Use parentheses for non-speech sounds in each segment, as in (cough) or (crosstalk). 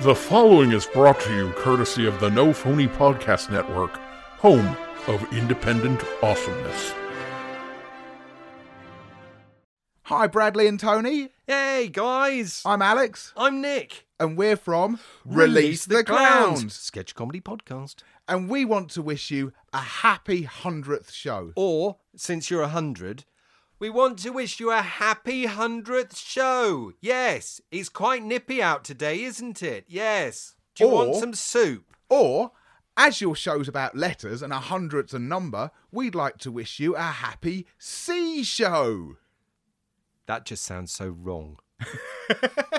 The following is brought to you courtesy of the No Phony Podcast Network, home of independent awesomeness. Hi, Bradley and Tony. Hey guys, I'm Alex, I'm Nick. and we're from sketch comedy podcast. And we want to wish you a happy 100th show. Or since you're a hundred, we want to wish you a happy hundredth show. Yes, it's quite nippy out today, isn't it? Yes. Do you want Or- some soup? Or, as your show's about letters and a hundred's a number, we'd like to wish you a happy C show. That just sounds so wrong. (laughs)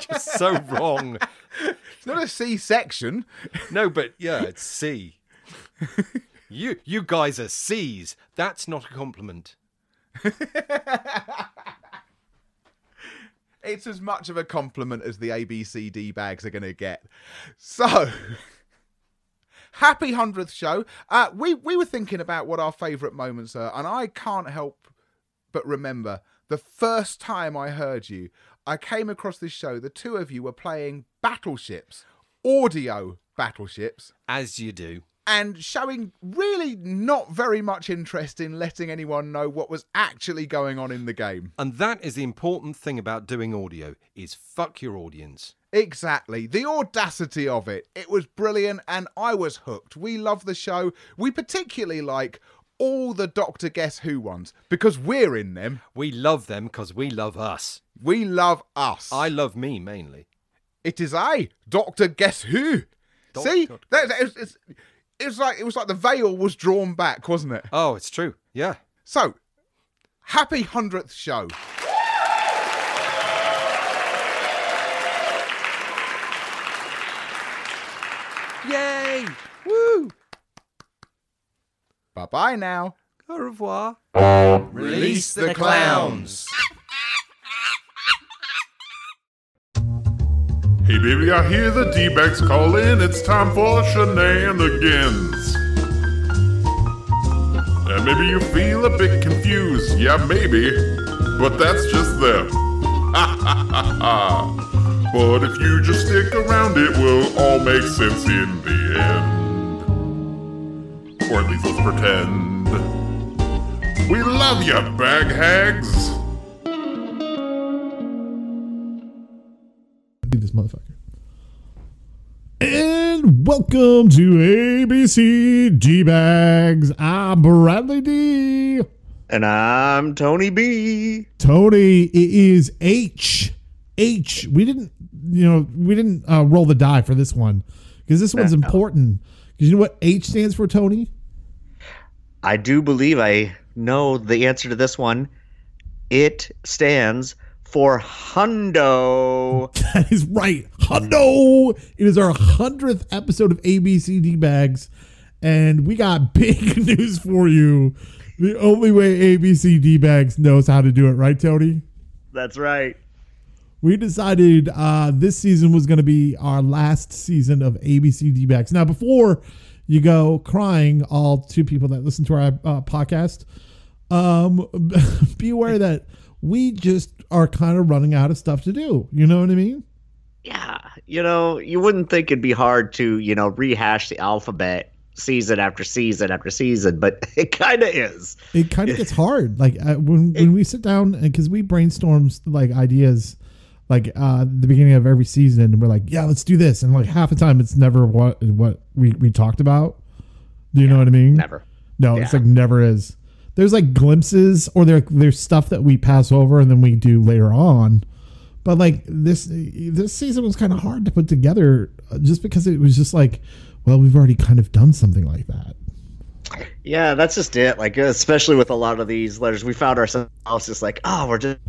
just so wrong. It's not a C section. No, but yeah, it's (laughs) C. You you guys are C's. That's not a compliment. It's as much of a compliment as the ABCD bags are going to get. So, (laughs) happy 100th show. Uh, we, we were thinking about what our favourite moments are, and I can't help but remember the first time I heard you, I came across this show. The two of you were playing battleships, audio battleships, As you do. and showing really not very much interest in letting anyone know what was actually going on in the game. And that is the important thing about doing audio is fuck your audience. Exactly. The audacity of it. It was brilliant and I was hooked. We love the show. We particularly like all the Doctor Guess Who ones because we're in them. We love them because we love us. We love us. I love me mainly. It is I, Doctor Guess Who. Doc- See? Doc- That, that- it's, it's, it was like it was like the veil was drawn back, wasn't it? Oh, it's true. Yeah. So, happy 100th show. Yay! Woo! Bye-bye now. Au revoir. Release the clowns. Hey baby, I hear the D-backs calling. It's time for shenanigans. And maybe you feel a bit confused. Yeah, maybe. But that's just them. (laughs) but if you just stick around, it will all make sense in the end. Or at least let's pretend. We love you, bag hags! Leave this motherfucker. And welcome to ABC G Bags. I'm Bradley D. And I'm Tony B. Tony, it is H. H. We didn't, you know, we didn't uh, roll the die for this one because this one's important. Because you know what H stands for, Tony? I do believe I know the answer to this one. It stands for Hundo. (laughs) That is right. Hundo. Oh, It is our 100th episode of ABCD Bags, and we got (laughs) big news for you. The only way ABCD Bags knows how to do it, right, Tony? That's right. (laughs) We decided uh, this season was going to be our last season of ABCD Bags. Now, before you go crying, all two people that listen to our uh, podcast, um, (laughs) be aware that we just are kind of running out of stuff to do. You know what I mean? Yeah. You know, you wouldn't think it'd be hard to, you know, rehash the alphabet season after season after season, but (laughs) it kind of is. it kind of gets hard like uh, when when we sit down and because we brainstorms like ideas like uh the beginning of every season and we're like yeah let's do this and like half the time it's never what what we we talked about do you know what i mean Never. no it's Yeah. like never is there's like glimpses or there there's stuff that we pass over and then we do later on but like this this season was kind of hard to put together uh, just because it was just like well we've already kind of done something like that Yeah, that's just it. Like, especially with a lot of these letters, we found ourselves just like, oh, we're just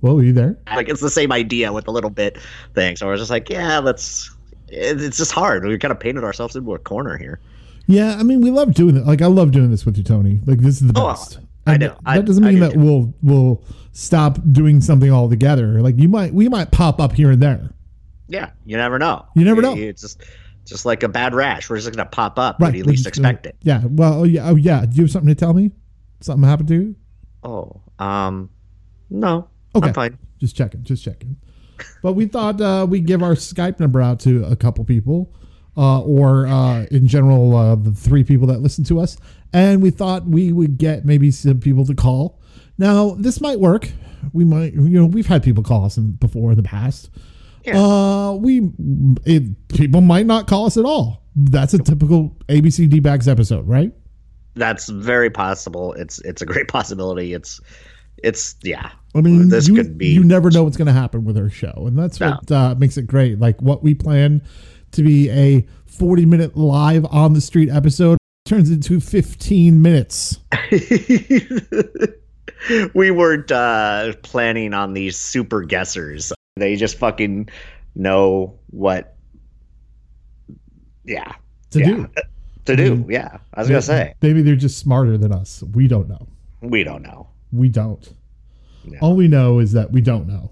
well were you there like it's the same idea with a little bit thing. So I was just like, yeah, let's. it- It's just hard. We kind of painted ourselves into a corner here. Yeah, I mean, we love doing it. Like, I love doing this with you, Tony. Like, this is the Oh, best. I And know. I- that doesn't I mean do that too. we'll we'll stop doing something altogether. Like, you might we might pop up here and there. Yeah, you never know. You never know. It's just just like a bad rash. We're just gonna pop up Right. when you we're least just gonna- expect it. Yeah. Well. Oh, yeah. Oh, yeah. Do you have something to tell me? Something happened to you? Oh, um, no, Okay. I'm fine. Just checking. Just checking. But we thought uh, we'd give our Skype number out to a couple people, uh, or uh, in general, uh, the three people that listen to us. And we thought we would get maybe some people to call. Now, this might work. We might, you know, we've had people call us in, before in the past. Uh, we it, people might not call us at all. That's a typical ABC D backs episode, right? That's very possible. It's it's a great (laughs) possibility. It's it's yeah. I mean, this you, could be you never know what's going to happen with our show, and that's No. what uh, makes it great. Like what we plan to be a forty-minute live on the street episode turns into fifteen (laughs) minutes. we weren't uh, planning on these super guessers. They just fucking know what. Yeah, To yeah, do, Mm-hmm. to do. Yeah, I was gonna say maybe they're just smarter than us. We don't know. we don't know. We don't. Yeah. All we know is that we don't know.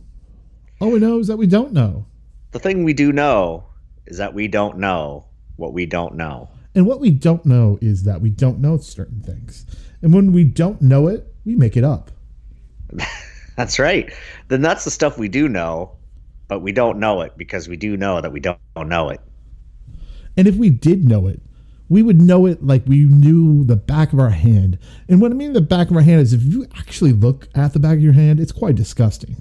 All we know is that we don't know. The thing we do know is that we don't know what we don't know. And what we don't know is that we don't know certain things. And when we don't know it, we make it up. That's right. Then that's the stuff we do know, but we don't know it because we do know that we don't know it. And if we did know it, we would know it like we knew the back of our hand. And what I mean the back of our hand is if you actually look at the back of your hand, it's quite disgusting.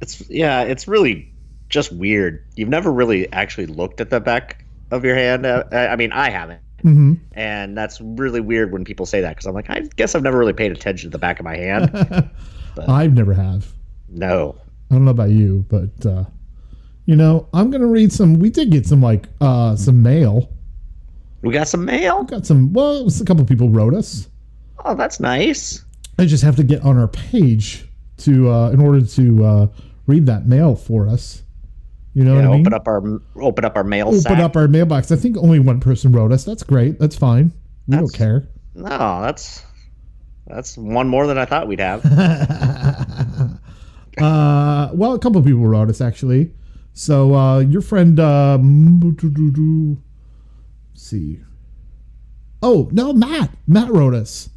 It's yeah, it's really just weird. You've never really actually looked at the back of your hand. Uh, I I mean, I haven't. Mm-hmm. And that's really weird when people say that because I'm like, I guess I've never really paid attention to the back of my hand. (laughs) I've never have. no. I don't know about you, but uh, you know, I'm gonna read some. We did get some like uh, some mail. We got some mail. Got some. Well, it was a couple people wrote us. Oh, that's nice. I just have to get on our page to uh, in order to uh, read that mail for us. You know what Yeah, I mean? open up our open up our mail Open sack. up our mailbox. I think only one person wrote us. That's great. That's fine. We don't That's- care. no, that's that's one more than I thought we'd have. (laughs) Uh, well, a couple people wrote us actually. So uh, your friend, um, let's see, oh no, Matt, Matt wrote us.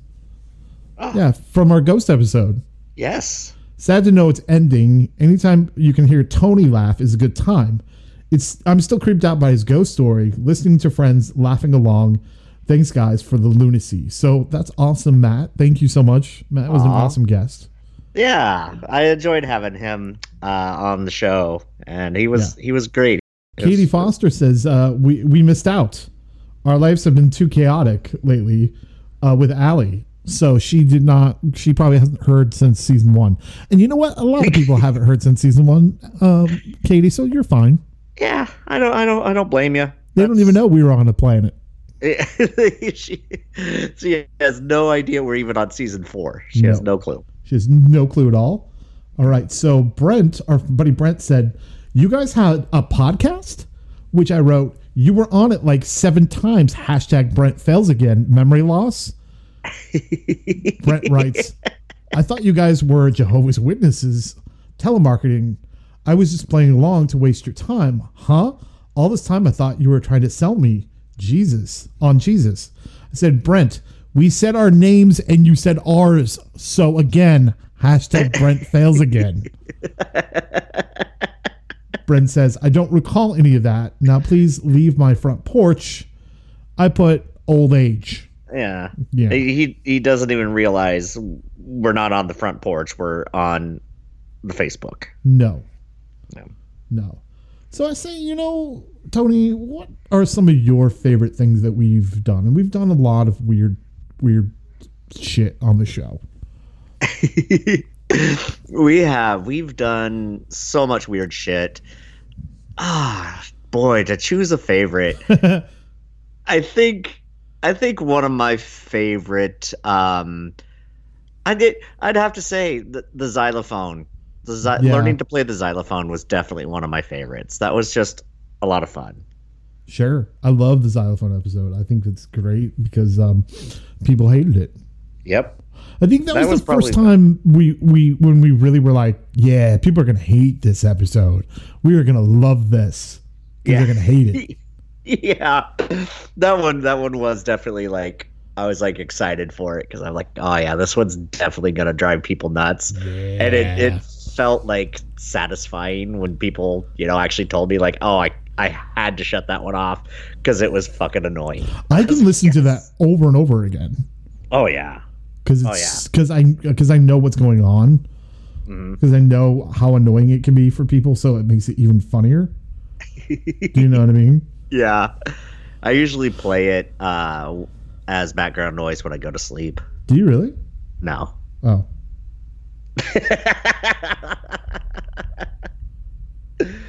Ah. Yeah, from our ghost episode. yes. Sad to know it's ending. Anytime you can hear Tony laugh is a good time. It's I'm still creeped out by his ghost story, listening to friends laughing along. Thanks guys for the lunacy. So that's awesome, Matt. Thank you so much. Matt was an Aw. awesome guest. Yeah, I enjoyed having him uh, on the show, and he was he was great. It Katie was- Foster says, uh, we, we missed out. Our lives have been too chaotic lately uh, with Allie. So she did not, she probably hasn't heard since season one. And you know what? A lot of people haven't heard since season one, um, Katie, so you're fine. Yeah, I don't I don't I don't blame you. They don't even know we were on a planet. (laughs) she she has no idea we're even on season four. She has No. no clue. She has no clue at all. All right. So Brent, our buddy Brent said, You guys had a podcast? Which I wrote, You were on it like seven times. Hashtag Brent fails again. Memory loss. Brent writes, I thought you guys were Jehovah's Witnesses telemarketing. I was just playing along to waste your time. Huh? All this time I thought you were trying to sell me Jesus on Jesus. I said, Brent, we said our names and you said ours. So again, hashtag Brent fails again. Brent says, I don't recall any of that. Now please leave my front porch. I put old age. Yeah, Yeah. He, he he doesn't even realize we're not on the front porch. We're on the Facebook. No. No. No. So I say, you know, Tony, what are some of your favorite things that we've done? And we've done a lot of weird, weird shit on the show. we have we've done so much weird shit ah boy to choose (laughs) a favorite i think i think one of my favorite um i did i'd have to say the, the xylophone the xy- Yeah. learning to play the xylophone was definitely one of my favorites that was just a lot of fun Sure. I love the xylophone episode. I think it's great because um, people hated it. yep I think that, That was, was the first probably- time we, we when we really were like, yeah, people are gonna hate this episode. We are gonna love this. Yeah. Yeah. They're gonna hate (laughs) it. yeah that one that one was definitely like i was like excited for it because i'm like oh yeah this one's definitely gonna drive people nuts and it, it felt like satisfying when people, you know, actually told me like, "Oh, I I had to shut that one off because it was fucking annoying." I can listen to that over and over again Oh yeah. because Oh, it's because I because I know what's going on Mm-hmm. because I know how annoying it can be for people, so it makes it even funnier. Do you know what I mean? Yeah. I usually play it uh as background noise when I go to sleep. Do you really? No. Oh,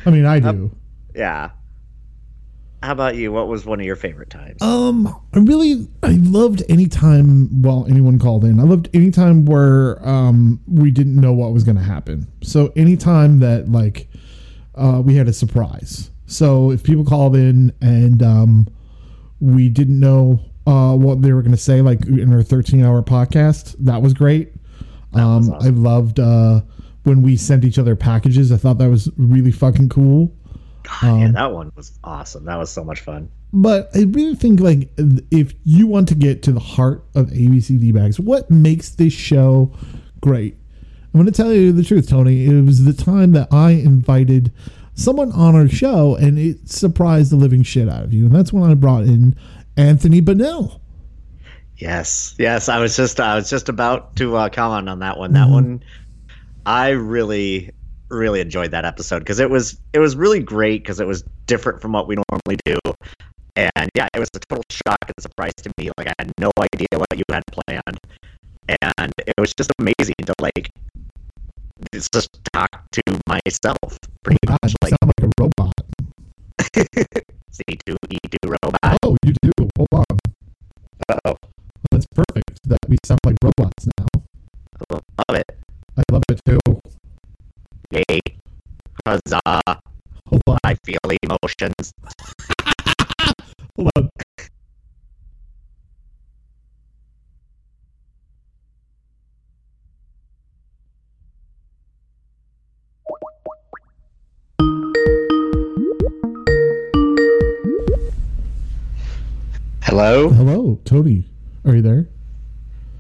I mean, I do. Yeah. How about you? What was one of your favorite times? Um, I really I loved any time well anyone called in. I loved any time where um we didn't know what was going to happen. So any time that like uh we had a surprise. So if people called in and um we didn't know uh what they were going to say like in our 13-hour podcast, that was great. Um I loved uh when we sent each other packages. I thought that was really fucking cool. yeah, that one was awesome. That was so much fun. But I really think like if you want to get to the heart of ABCD bags, what makes this show great? I'm going to tell you the truth, Tony. It was the time that I invited someone on our show, and it surprised the living shit out of you. And that's when I brought in Anthony Bonnell. Yes, yes. I was just I was just about to uh, comment on that one. That Mm-hmm. one, I really really enjoyed that episode because it was it was really great because it was different from what we normally do. And yeah, it was a total shock and surprise to me. Like I had no idea what you had planned, and it was just amazing to like just talk to myself pretty God, much Oh you like sound like a robot. (laughs) C two E two robot. Oh, you do. Hold on. Oh, That's perfect. That we sound like robots now. love it! I love it too. Yay! Huzzah! Oh, Hold on. I feel emotions. Hold on. Hello. Hello, Tony. Are you there?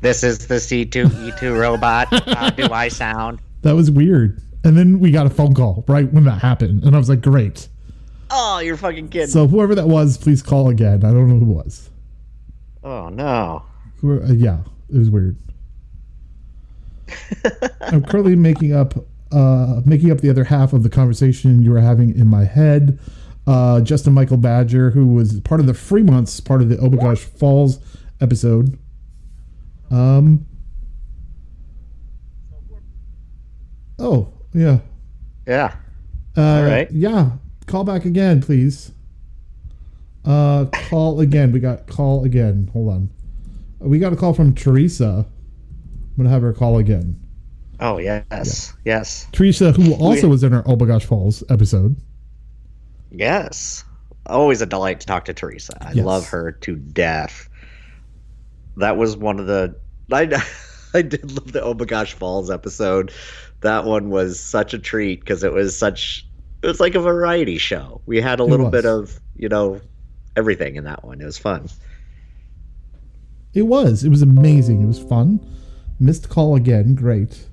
This is the (laughs) C2E2 robot. How do I sound? That was weird. And then we got a phone call right when that happened. And I was like, great. (laughs) Oh, you're fucking kidding. So whoever that was, please call again. I don't know who it was. oh, no. Who, uh, yeah, it was weird. I'm currently making up uh, making up the other half of the conversation you were having in my head. Uh, Justin Michael Badger, who was part of the Fremonts, part of the Obagosh Falls episode. Um. Oh yeah. Yeah. Uh, right. Yeah. Call back again, please. Uh, call again. We got call again. Hold on. We got a call from Teresa. I'm gonna have her call again. Oh, yes. Yes. Teresa, who also was in our Oh My Gosh Falls episode. Yes. Always a delight to talk to Teresa. I Yes. love her to death. That was one of the. I, (laughs) I did love the Oh My Gosh Falls episode. That one was such a treat because it was such. It was like a variety show. We had a little was. bit of, you know, everything in that one. It was fun. It was. It was amazing. It was fun. Missed call again. Great.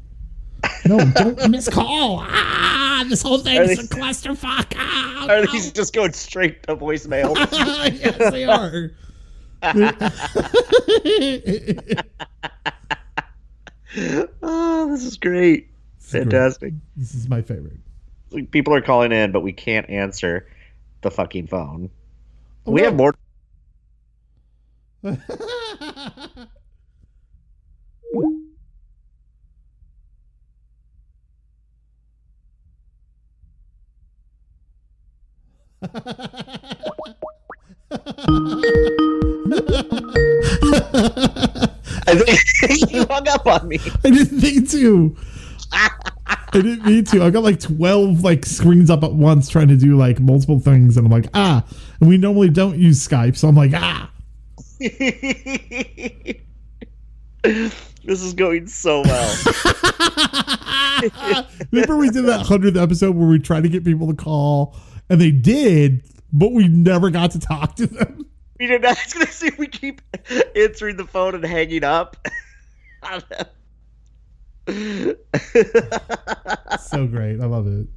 No, (laughs) don't miss (laughs) call. Ah, this whole (laughs) thing is a these- clusterfuck. Ah, Or no. at least just going straight to voicemail. (laughs) yes, they (laughs) are. oh, this is great. Fantastic. this is my favorite. (laughs) Like, People are calling in, but we can't answer the fucking phone. Oh, we no. have more. (laughs) (laughs) I think (laughs) you hung up on me. I didn't mean to. I didn't mean to. I got like twelve like screens up at once trying to do like multiple things, and I'm like, ah. And we normally don't use Skype, so I'm like, ah. this is going so well. (laughs) Remember we did that hundredth episode where we tried to get people to call, and they did, but we never got to talk to them. (laughs) we did not. (laughs) I was going to say we keep answering the phone and hanging up. so great. I love it.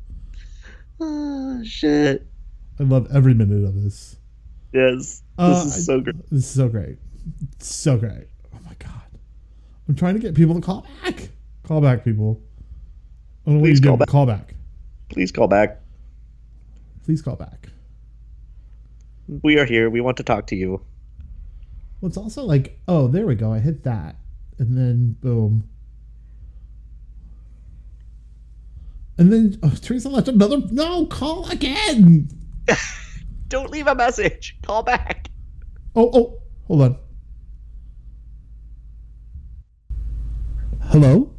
oh, shit. I love every minute of this. Yes. Uh, this is so great. This is so great. So great. Oh my god. I'm trying to get people to call back. Call back, people. I don't know what Please you do, call but back. call back. (laughs) Please call back. Please call back. We are here. We want to talk to you. Well, it's also like, oh, there we go. I hit that, and then boom. And then oh, Teresa left another. No, call again. (laughs) Don't leave a message. Call back. Oh, oh, hold on. Hello.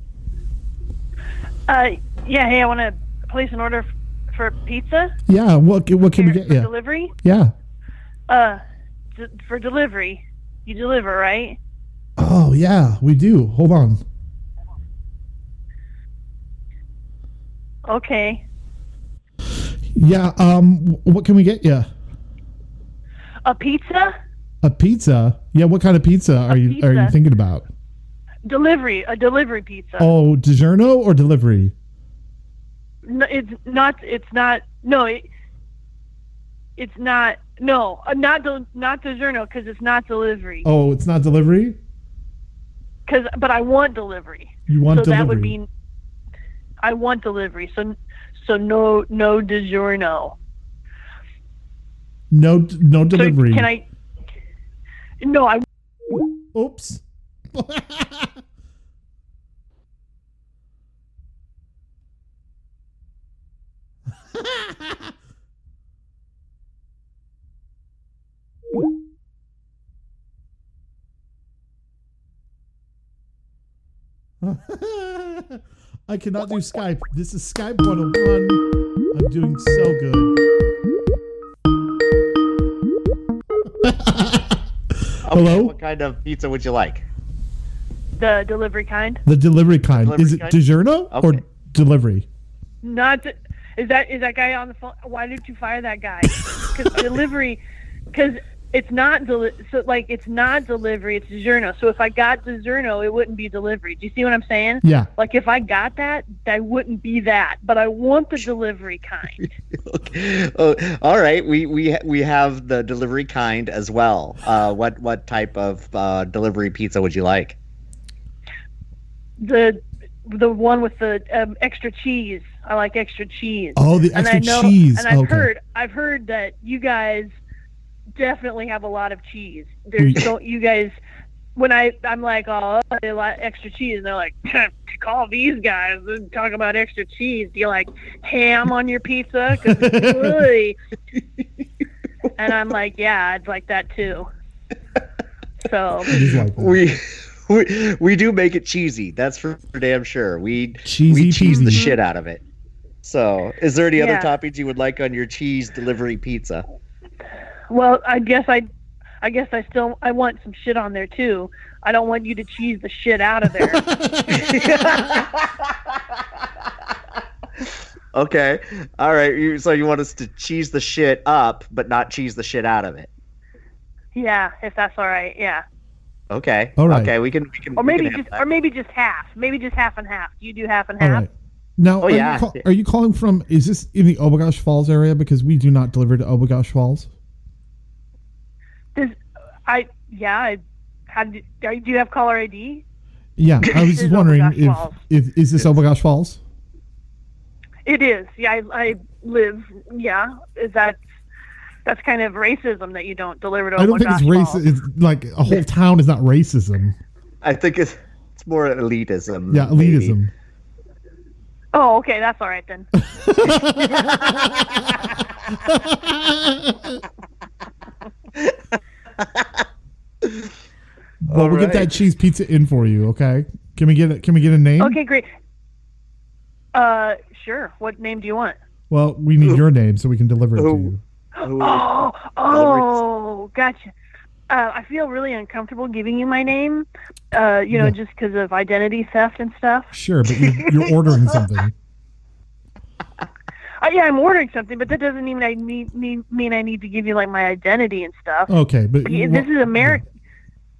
Uh, yeah. Hey, I want to place an order f- for pizza Yeah. What? ca- What can we for get? Yeah. delivery. Yeah. Uh, d- for delivery, you deliver, right? Oh yeah, we do. Hold on. Okay. Yeah. Um. wh- What can we get you? A pizza A pizza. Yeah. What kind of pizza are you are you pizza. thinking about? delivery, a delivery pizza. Oh, DiGiorno or delivery? No, it's not. It's not. No, it, it's not. No, uh, not del, not DiGiorno because it's not delivery. Oh, it's not delivery. Cause, but I want delivery. You want so delivery? that would mean I want delivery. So so no no DiGiorno. No, d- no delivery. So can I? No, I Oops. (laughs) I cannot do Skype. This is Skype 101. I'm doing so good. (laughs) Okay, Hello? What kind of pizza would you like? (laughs) (laughs) the delivery kind. The delivery kind. Delivery is it kind? DiGiorno or Okay. delivery? Not th- is that is that guy on the phone? Why did you fire that guy? (laughs) Because delivery, because it's not deli- so like it's not delivery. It's DiGiorno. So if I got DiGiorno, it wouldn't be delivery. Do you see what I'm saying? Yeah. Like if I got that, that wouldn't be that. But I want the delivery kind. Okay. Oh, all right. We we we have the delivery kind as well. Uh, what what type of uh, delivery pizza would you like? The the one with the um, extra cheese. I like extra cheese. Oh, the and extra I know, cheese. and I've okay. heard I've heard that you guys definitely have a lot of cheese. There's We- so you guys when I I'm like oh a lot extra cheese and they're like (laughs) call these guys and talk about extra cheese. Do you like ham on your pizza? 'Cause (laughs) it's really and I'm like yeah I'd like that too. (laughs) So It is like that. We. We, we do make it cheesy. That's for damn sure. We Cheesy, we cheese the cheesy. shit out of it. So, is there any other Yeah. toppings you would like on your cheese delivery pizza? well I guess I I guess I still I want some shit on there too. I don't want you to cheese the shit out (laughs) of there. (laughs) okay. All right. You, so you want us to cheese the shit up, but not cheese the shit out of it. yeah, if that's all right. Yeah. Okay. All right. Okay. We can. We can. or we can maybe have just that. or maybe just half maybe just half and half you do half and All half right. Now, Oh, are, yeah. you call, are you calling from? Is this in the Obagosh Falls area? Because we do not deliver to Obagosh Falls. Does i yeah i how do, are you- do you have caller id Yeah, (laughs) I was This just is wondering Obagosh if, Falls. if is this Obagosh Falls? it is yeah i, I live yeah is that that's kind of racism that you don't deliver to I don't think it's Obagosh Falls. racist. It's like a (laughs) whole town is not racism. I think it's it's more elitism. Yeah, maybe. elitism. oh okay that's all right then (laughs) Well, we'll get Alright. that cheese pizza in for you. Okay. Can we get a, Can we get a name? okay great uh sure what name do you want (gasps) Well, we need your name so we can deliver it to Who- you. Who- oh oh gotcha uh, I feel really uncomfortable giving you my name, uh, you know, Yeah. just 'cause of identity theft and stuff. Sure, but you're, you're (laughs) (laughs) ordering something. Uh, yeah, I'm ordering something, but that doesn't mean I need, need mean I need to give you like my identity and stuff. Okay, but Yeah, this is America.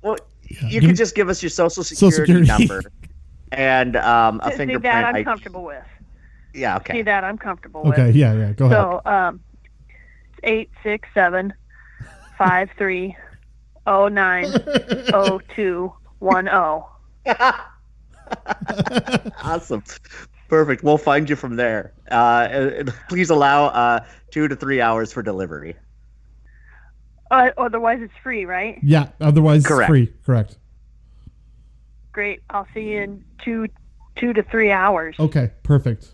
Well, you give me- could just give us your social Social (laughs) security, Security. number. and um, (laughs) a See, fingerprint. that I'm I- comfortable with. yeah, See okay. that I'm comfortable with. Okay, yeah, yeah. Go ahead. So um, it's eight six seven (laughs) five three oh nine oh two one (laughs) oh. Awesome. Perfect. We'll find you from there. Uh, and- and (laughs) please allow uh, two to three hours for delivery. Uh, otherwise, it's free, right? yeah. Otherwise, Correct. it's free. Correct. Great. I'll see you in two two to three hours. Okay. Perfect.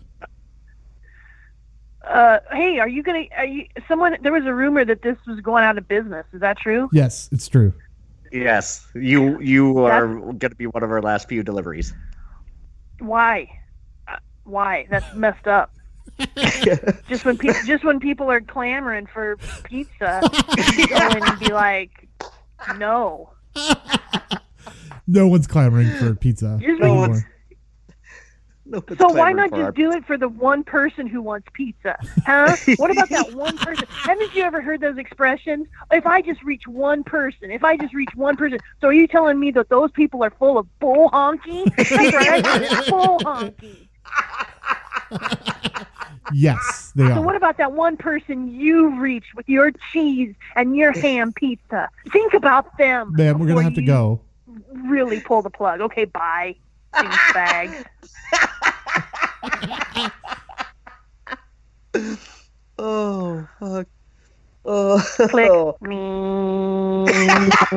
Uh, hey, are you gonna? Are you someone? There was a rumor that this was going out of business. Is that true? Yes, it's true. Yes, you you are going to be one of our last few deliveries. Why? Uh, why? That's messed up. just when people just when people are clamoring for pizza, (laughs) you go in and be like, no. No one's clamoring for pizza. Just No when- one's- anymore. No one's So why clamoring not for just our- do it for the one person who wants pizza? (laughs) Huh? what about that one person? Haven't you ever heard those expressions? If I just reach one person, if I just reach one person. So are you telling me that those people are full of bull honky? That's (laughs) right. bull honky. Yes, (laughs) they So what are. about that one person you reached with your cheese and your ham pizza? Think about them. Man, we're before gonna have to you go. Really pull the plug. Okay, bye. Things bags. Oh fuck! Oh. Click. oh.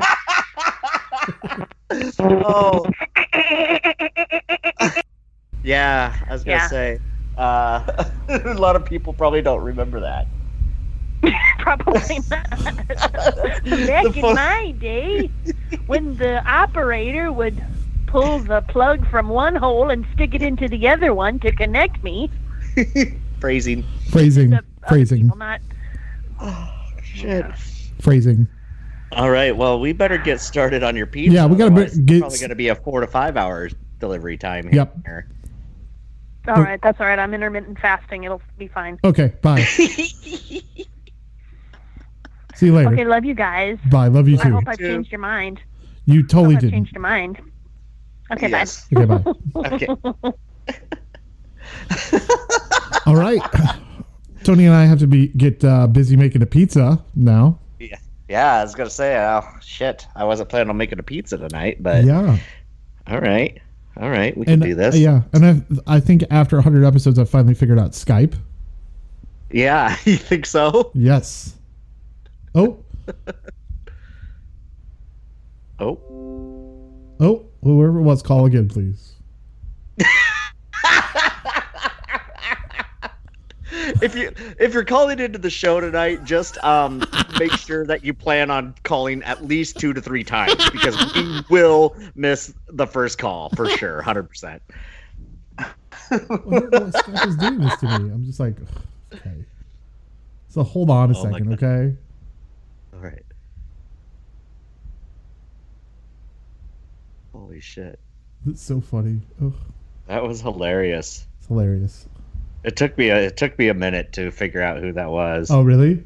(laughs) (laughs) Yeah, I was gonna Yeah. say. Uh, (laughs) a lot of people probably don't remember that. Probably not. (laughs) Back The in phone- my day, when the operator would pull the plug from one hole and stick it into the other one to connect me, Phrasing. Phrasing, the other phrasing, people not Shit. phrasing. All right. Well, we better get started on your pizza. Yeah, we gotta otherwise be- it's get- probably going to be a four to five hour delivery time. Yep. (laughs) Here. all right. That's all right. I'm intermittent fasting. It'll be fine. Okay. (laughs) Bye. See you later. Okay, love you guys. Bye. Love you I too. hope I've changed your mind. You totally I hope I've didn't. changed your mind. Okay, bye. Yes. Okay. Bye. (laughs) Okay. All (laughs) right. (sighs) Tony and I have to be get uh, busy making a pizza now. Yeah, I was gonna say, oh shit, I wasn't planning on making a pizza tonight, but yeah. all right, all right, we can And uh, do this. yeah, and I I think after 100 episodes I finally figured out Skype. yeah, (laughs) you think so? Yes. Oh, Oh, oh, whoever it was call again please. (laughs) if you if you're calling into the show tonight, just (laughs) um make sure that you plan on calling at least two to three times because we will miss the first call (laughs) for sure, hundred percent. I don't know why Skype is doing this to me. I'm just like ugh, okay. So hold on a Oh my second, God. okay? All right. Holy shit, It's so funny. Ugh, that was hilarious. it's hilarious. It took me a it took me a minute to figure out who that was. Oh, really?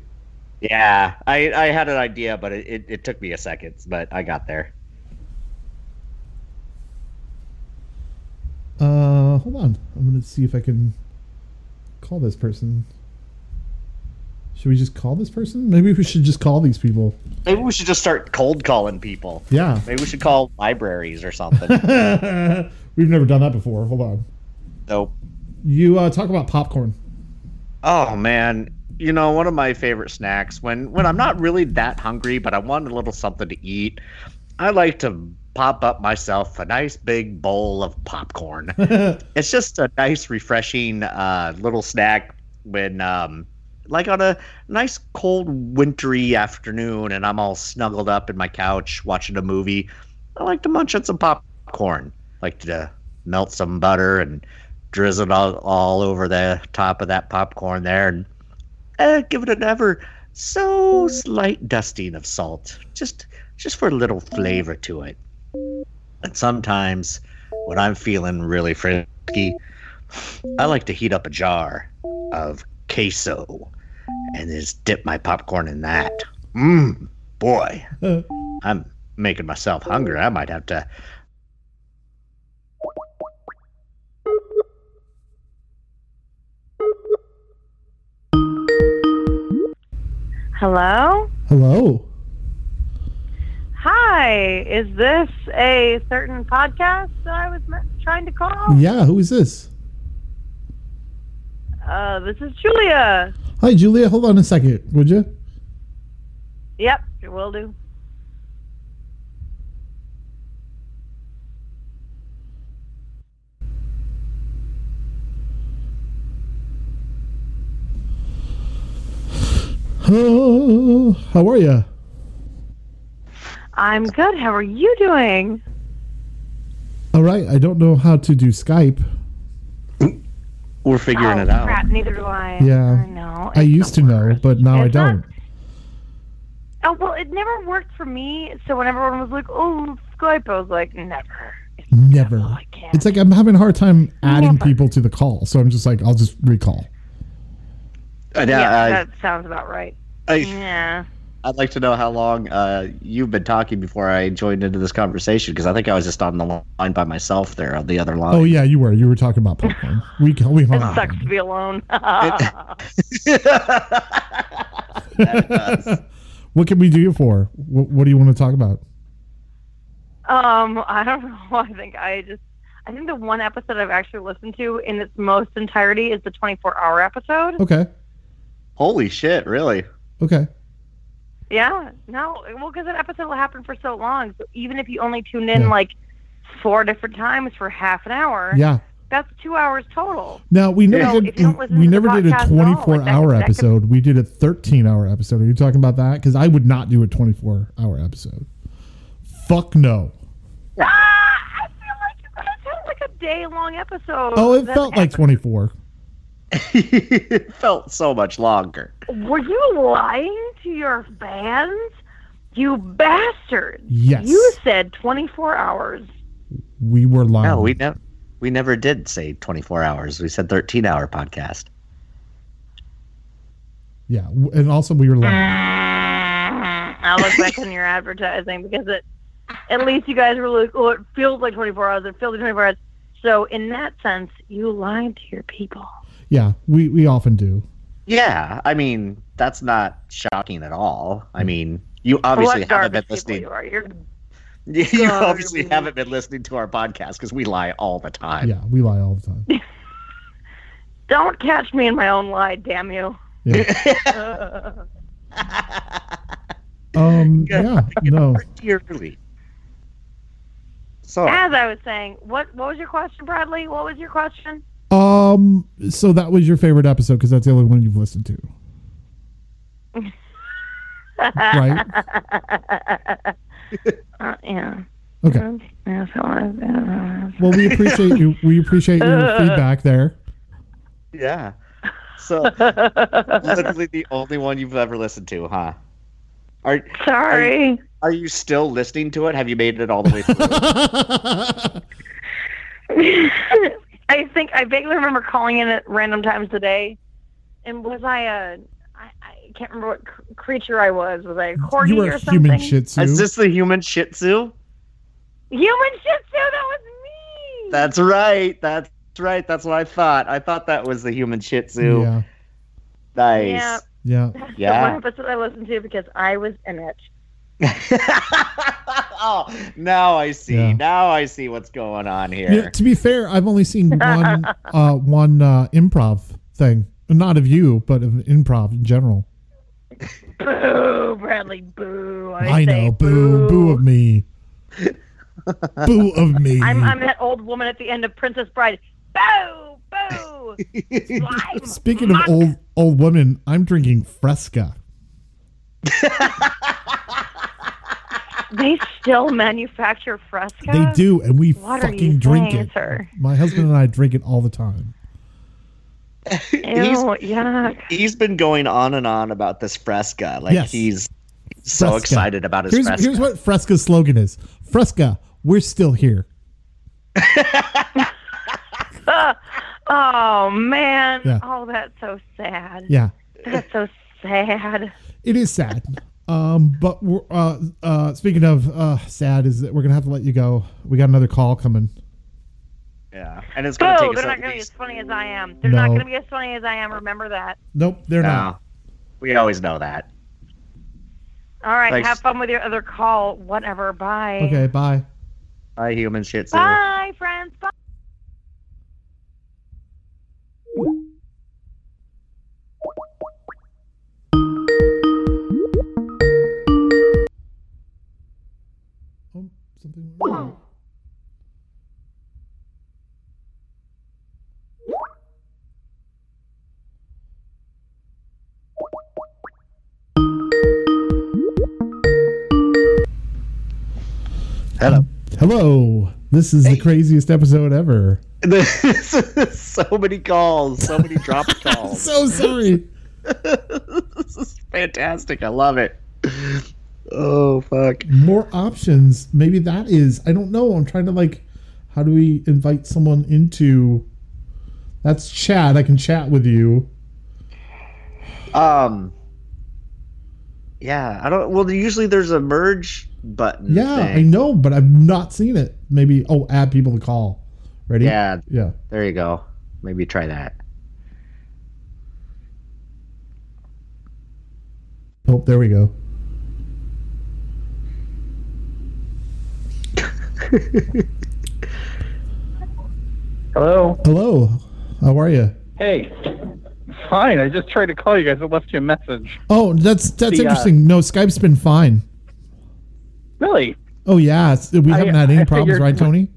Yeah, I I had an idea, but it, it, it took me a second, but I got there. Uh, hold on. I'm gonna see if I can call this person. Should we just call this person? Maybe we should just call these people. (laughs) Maybe we should just start cold calling people. Yeah. Maybe we should call libraries or something. (laughs) We've never done that before. Hold on. nope. You uh, talk about popcorn. Oh man, you know one of my favorite snacks when when I'm not really that hungry, but I want a little something to eat. I like to pop up myself a nice big bowl of popcorn. it's just a nice, refreshing uh, little snack when, um, like, on a nice cold wintry afternoon, and I'm all snuggled up in my couch watching a movie. I like to munch on some popcorn. Like to melt some butter and drizzle it all, all over the top of that popcorn there, and uh, give it an ever so slight dusting of salt, just just for a little flavor to it. And sometimes, when I'm feeling really frisky, I like to heat up a jar of queso and just dip my popcorn in that. Mmm, boy, (laughs) I'm making myself hungry. I might have to Hello? Hello. Hi. Is this a certain podcast that I was me- trying to call? Yeah, who is this? Uh, this is Julia. Hi, Julia. Hold on a second, would you? Yep, it will do. Oh, how are you? I'm good. How are you doing? All right. I don't know how to do Skype. We're figuring oh, it out. crap. Neither do I. Yeah. I know. I used to know, but now I It's not- don't. Oh, well, it never worked for me. So when everyone was like, oh, Skype, I was like, never. Never. Oh, I can't. It's like I'm having a hard time adding Never. people to the call, so I'm just like, I'll just recall. Uh, yeah, yeah, that sounds about right. I, I, Yeah. I'd like to know how long uh, you've been talking before I joined into this conversation because I think I was just on the line by myself there on the other line. Oh yeah, you were. You were talking about popcorn. We we hung It up. sucks (laughs) to be alone. (laughs) That it does. What can we do you for? What, what do you want to talk about? Um, (laughs) I don't know. I think I just I think the one episode I've actually listened to in its most entirety is the 24-hour episode. Okay. Holy shit! Really? Okay. Yeah. No, well cuz that episode happened for so long. So even if you only tuned in Yeah. like four different times for half an hour, Yeah. that's 2 hours total. Now we Yeah. never So if you don't did listen we to the never did podcast at a all, 24 like, that- hour that could- episode. We did a 13 hour episode. Are you talking about that? Because I would not do a 24 hour episode. Fuck no. Ah, I feel like it that sounds like a day-long episode. Oh, it that felt like happened. 24. (laughs) it felt so much longer. Were you lying to your fans? You bastard. Yes. You said 24 hours. We were lying. No, we never we never did say 24 hours. We said 13 hour podcast. yeah, w- and also we were lying. Mm-hmm. I'll look back on your advertising because it, at least you guys were like, oh, it feels like 24 hours. It feels like 24 hours. So in that sense, you lied to your people. Yeah, we we often do. Yeah, I mean, that's not shocking at all. Hmm. I mean, you obviously what garbage haven't been people listening. you are. You're, (laughs) You, Garbage. obviously haven't been listening to our podcast because we lie all the time. Yeah, we lie all the time. don't catch me in my own lie, damn you. Um, yeah, no. Dearly. So As I was saying, what what was your question, Bradley? What was your question? Um, so that was your favorite episode because that's the only one you've listened to, (laughs) right? Uh, yeah. Okay. Yeah, so I- I don't know. Well, we appreciate (laughs) you. We appreciate your feedback there. yeah, (laughs) so literally the only one you've ever listened to, huh? Are Sorry. are you still listening to it? Have you made it all the (laughs) way through? I think I vaguely remember calling in at random times today, and was I a? I, I can't remember what cr- creature I was. Was I a corgi you were or a something? human Shih Tzu. Is this the human Shih Tzu? Human Shih Tzu. That was me. That's right. That's right. That's what I thought. I thought that was the human Shih Tzu. yeah, Nice. yeah. That's Yeah. (laughs) The one episode I listened to because I was in it. (laughs) oh, now I see. Yeah. Now I see what's going on here. You know, to be fair, I've only seen one (laughs) uh, one uh, improv thing, not of you, but of improv in general. Boo, Bradley. Boo. I, I, say know, boo, boo of (laughs) me, boo of me. I'm I'm that old woman at the end of Princess Bride. Boo, (laughs) boo. Slime. Speaking of old old women, I'm drinking Fresca. They still manufacture Fresca. They do, and we What are you fucking drink saying, it. sir? (laughs) My husband and I drink it all the time. He's- Ew, yuck. He's been going on and on about this Fresca. Like Yes. he's so Fresca. excited about his Here's, Fresca. here's what Fresca's slogan is: Fresca, we're still here. Oh man. Yeah. Oh, that's so sad. Yeah, That's so sad. it is sad. um, but we're, uh, uh, speaking of uh, sad, is that we're gonna have to let you go. We got another call coming. yeah, and it's gonna Boo! take us Oh, They're not at going to be as least- funny as I am. They're No. not going to be as funny as I am. Remember that. Nope, they're No, not. we always know that. All right. Thanks. Have fun with your other call. Whatever. Bye. Okay, bye. Hi, human shit. zoo. Bye, friends. Bye. Oh, something went wrong. Hello. Hello. This is the craziest episode ever. (laughs) so many calls, so (laughs) many drop calls. So sorry. (laughs) this is fantastic. I love it. Oh fuck. More options. Maybe that is. I don't know. I'm trying to like. How do we invite someone into? That's chat. I can chat with you. Um. Yeah, I don't. Well, usually there's a merge button. Yeah, I thing. know, but I've not seen it. Maybe. Oh, add people to call. Ready? Yeah, Yeah. there you go. Maybe try that. Oh, there we go. Hello. Hello. How are you? Hey. Fine. I just tried to call you guys. I left you a message. Oh, that's that's The, uh, interesting. no, Skype's been fine. Really? Oh yeah, it's- we I- haven't had any I problems, figured- right, Tony?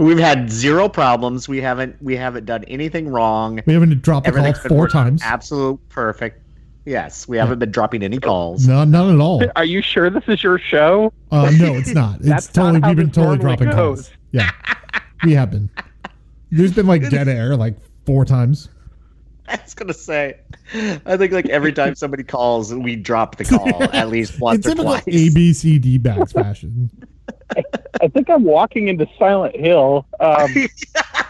We've had zero problems. We haven't. We haven't done anything wrong. We haven't dropped the call Everything's been four working times. Oh, Absolute perfect. Yes, we haven't been dropping any calls. No, not at (laughs) all. Are you sure this is your show? Uh, no, it's not. It's That's totally not how we've been this totally normally dropping goes. calls. (laughs) Yeah, we have been. There's been like dead air like four times. I was gonna say. I think like (laughs) every time somebody calls, we drop the call at least once it's or in twice. like A B C D backs fashion. I think I'm walking into Silent Hill. (laughs) Um,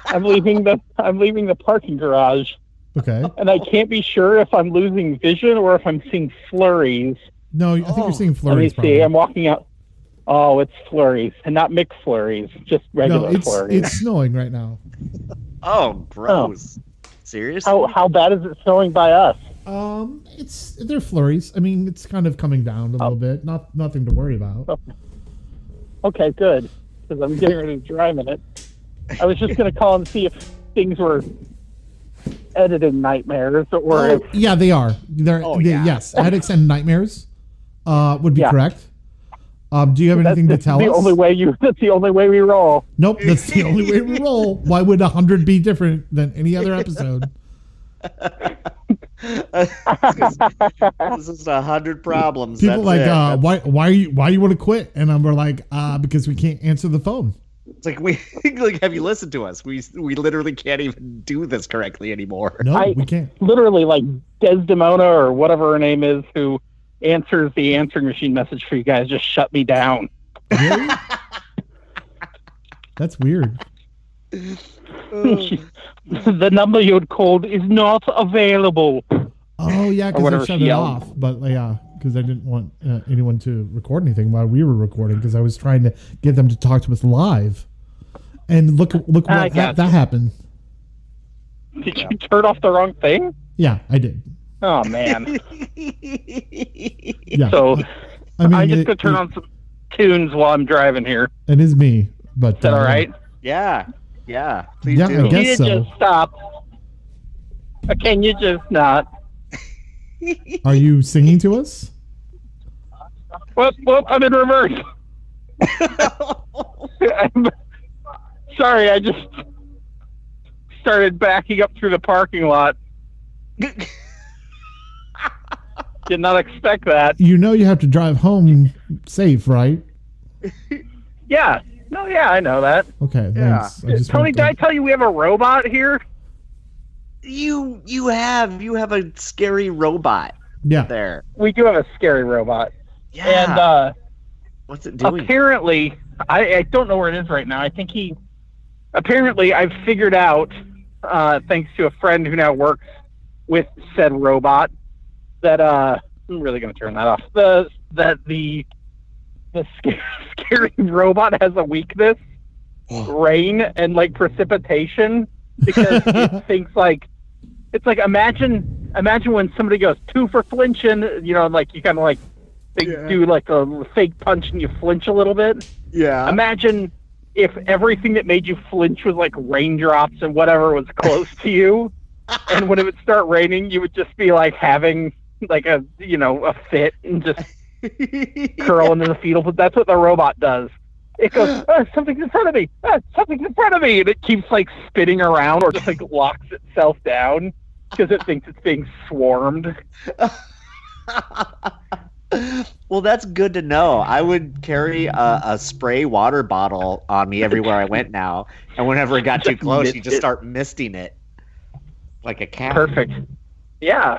I'm leaving the I'm leaving the parking garage, Okay. and I can't be sure if I'm losing vision or if I'm seeing flurries. No, I think you're seeing Oh, Let me flurries. see. probably. I'm walking out. Oh, it's flurries, and not mixed flurries, just no, regular it's flurries. it's snowing right now. oh, gross. Seriously? How how bad is it snowing by us? Um, it's they're flurries. I mean, it's kind of coming down a Oh. little bit. Not nothing to worry about. Okay, good. Because I'm getting ready to drive in it. I was just going to call and see if things were editing nightmares or Oh, if yeah, they are. They're, Oh, they- yeah. yes. Headaches and nightmares uh, would be Yeah. correct. Um, do you have that's anything to just tell the us? only way you. (laughs) That's the only way we roll. nope, that's the only way we roll. Why would hundred be different than any other (laughs) episode? (laughs) this is a hundred problems. People That's like, it. uh, That's- why, why are you, why you want to quit? And I'm we're like, uh, because we can't answer the phone. it's like we (laughs) like have you listened to us? We we literally (laughs) can't even do this correctly anymore. No, I- we can't. Literally, like Desdemona or whatever her name is, who answers the answering machine message for you guys, just shut me down. (laughs) Really? That's weird. (laughs) the number you had called is not available. Oh yeah, because I whatever shut she it yelled. off. But like, yeah, because I didn't want uh, anyone to record anything while we were recording because I was trying to get them to talk to us live. And look, look what I hap- gotcha. that happened. (laughs) Did you turn off the wrong thing? Yeah, I did. Oh (laughs) man! Yeah, so I mean, I'm just it- gonna turn it- on some tunes while I'm driving here. Is It is me, but that uh, all right? yeah. Yeah. Please Yeah, I do. guess- Can you so. just stop? Uh, Can you just not? (laughs) Are you singing to us? Whoop, whoop, I'm in (laughs) reverse. I'm, sorry, I just started backing up through the parking (laughs) lot. Did not expect that. You know you have to drive home safe, (laughs) right? Yeah. No, yeah, I know that. Okay, Yeah. thanks. I just Tony, wanted did I to- tell you we have a robot here? You you have you have a scary robot Yeah, there. We do have a scary robot. Yeah. And uh, What's it doing? apparently I, I don't know where it is right now i think he apparently i've figured out uh, thanks to a friend who now works with said robot that uh, i'm really going to turn that off the that the the scary, (laughs) scary robot has a weakness rain and like precipitation because it thinks like it's like imagine imagine when somebody goes two for flinching you know and, like you kind of like They Yeah. do like a fake punch and you flinch a little bit. Yeah. Imagine if everything that made you flinch was like raindrops and whatever was close to you, and when it would start raining, you would just be like having like a you know a fit and just curl into the fetal. But that's what the robot does. It goes, oh, something's in front of me, oh, something's in front of me, and it keeps like spinning around or just like locks itself down because it thinks it's being swarmed. well, that's good to know. I would carry a, a spray water bottle on me everywhere I went now, and whenever (laughs) it got too Just close, mist you just it. start misting it like a cat. Perfect. Yeah,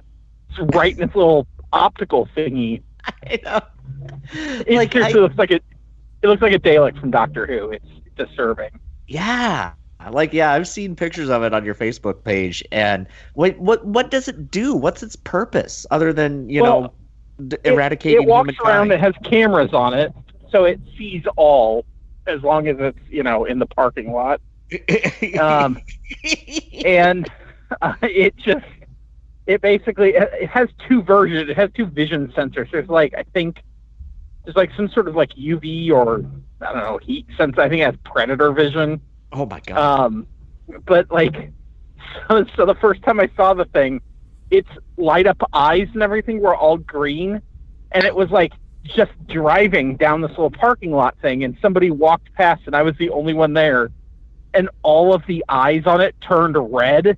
it's right in its little optical thingy. (laughs) I know. It Like, I- seriously looks like it. It looks like a Dalek from Doctor Who. It's disturbing. Yeah. Like yeah, I've seen pictures of it on your Facebook page. And what what what does it do? What's its purpose other than you Well, know d- it- eradicating it walks around. humankind? It has cameras on it, so it sees all as long as it's you know in the parking (laughs) lot. Um, and uh, it just it basically it has two versions. It has two vision sensors. There's like I think there's like some sort of like UV or I don't know heat sense. I think it has predator vision. oh my god! Um, but like, (laughs) so, so the first time I saw the thing, its light up eyes and everything were all green, and it was like just driving down this little parking lot thing, and somebody walked past, and I was the only one there, and all of the eyes on it turned red.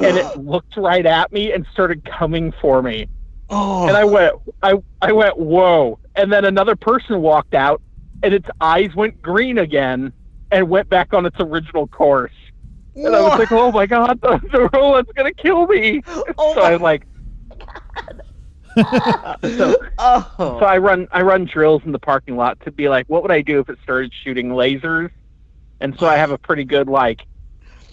And (gasps) it looked right at me and started coming for me. oh, And I went, I, I went, whoa. And then another person walked out, and its eyes went green again and went back on its original course. And I was like, oh my god, (laughs) the, the robot's gonna kill me. Oh so my- (laughs) I like, oh. so I run, I run drills in the parking lot to be like, what would I do if it started shooting lasers? And so I have a pretty good like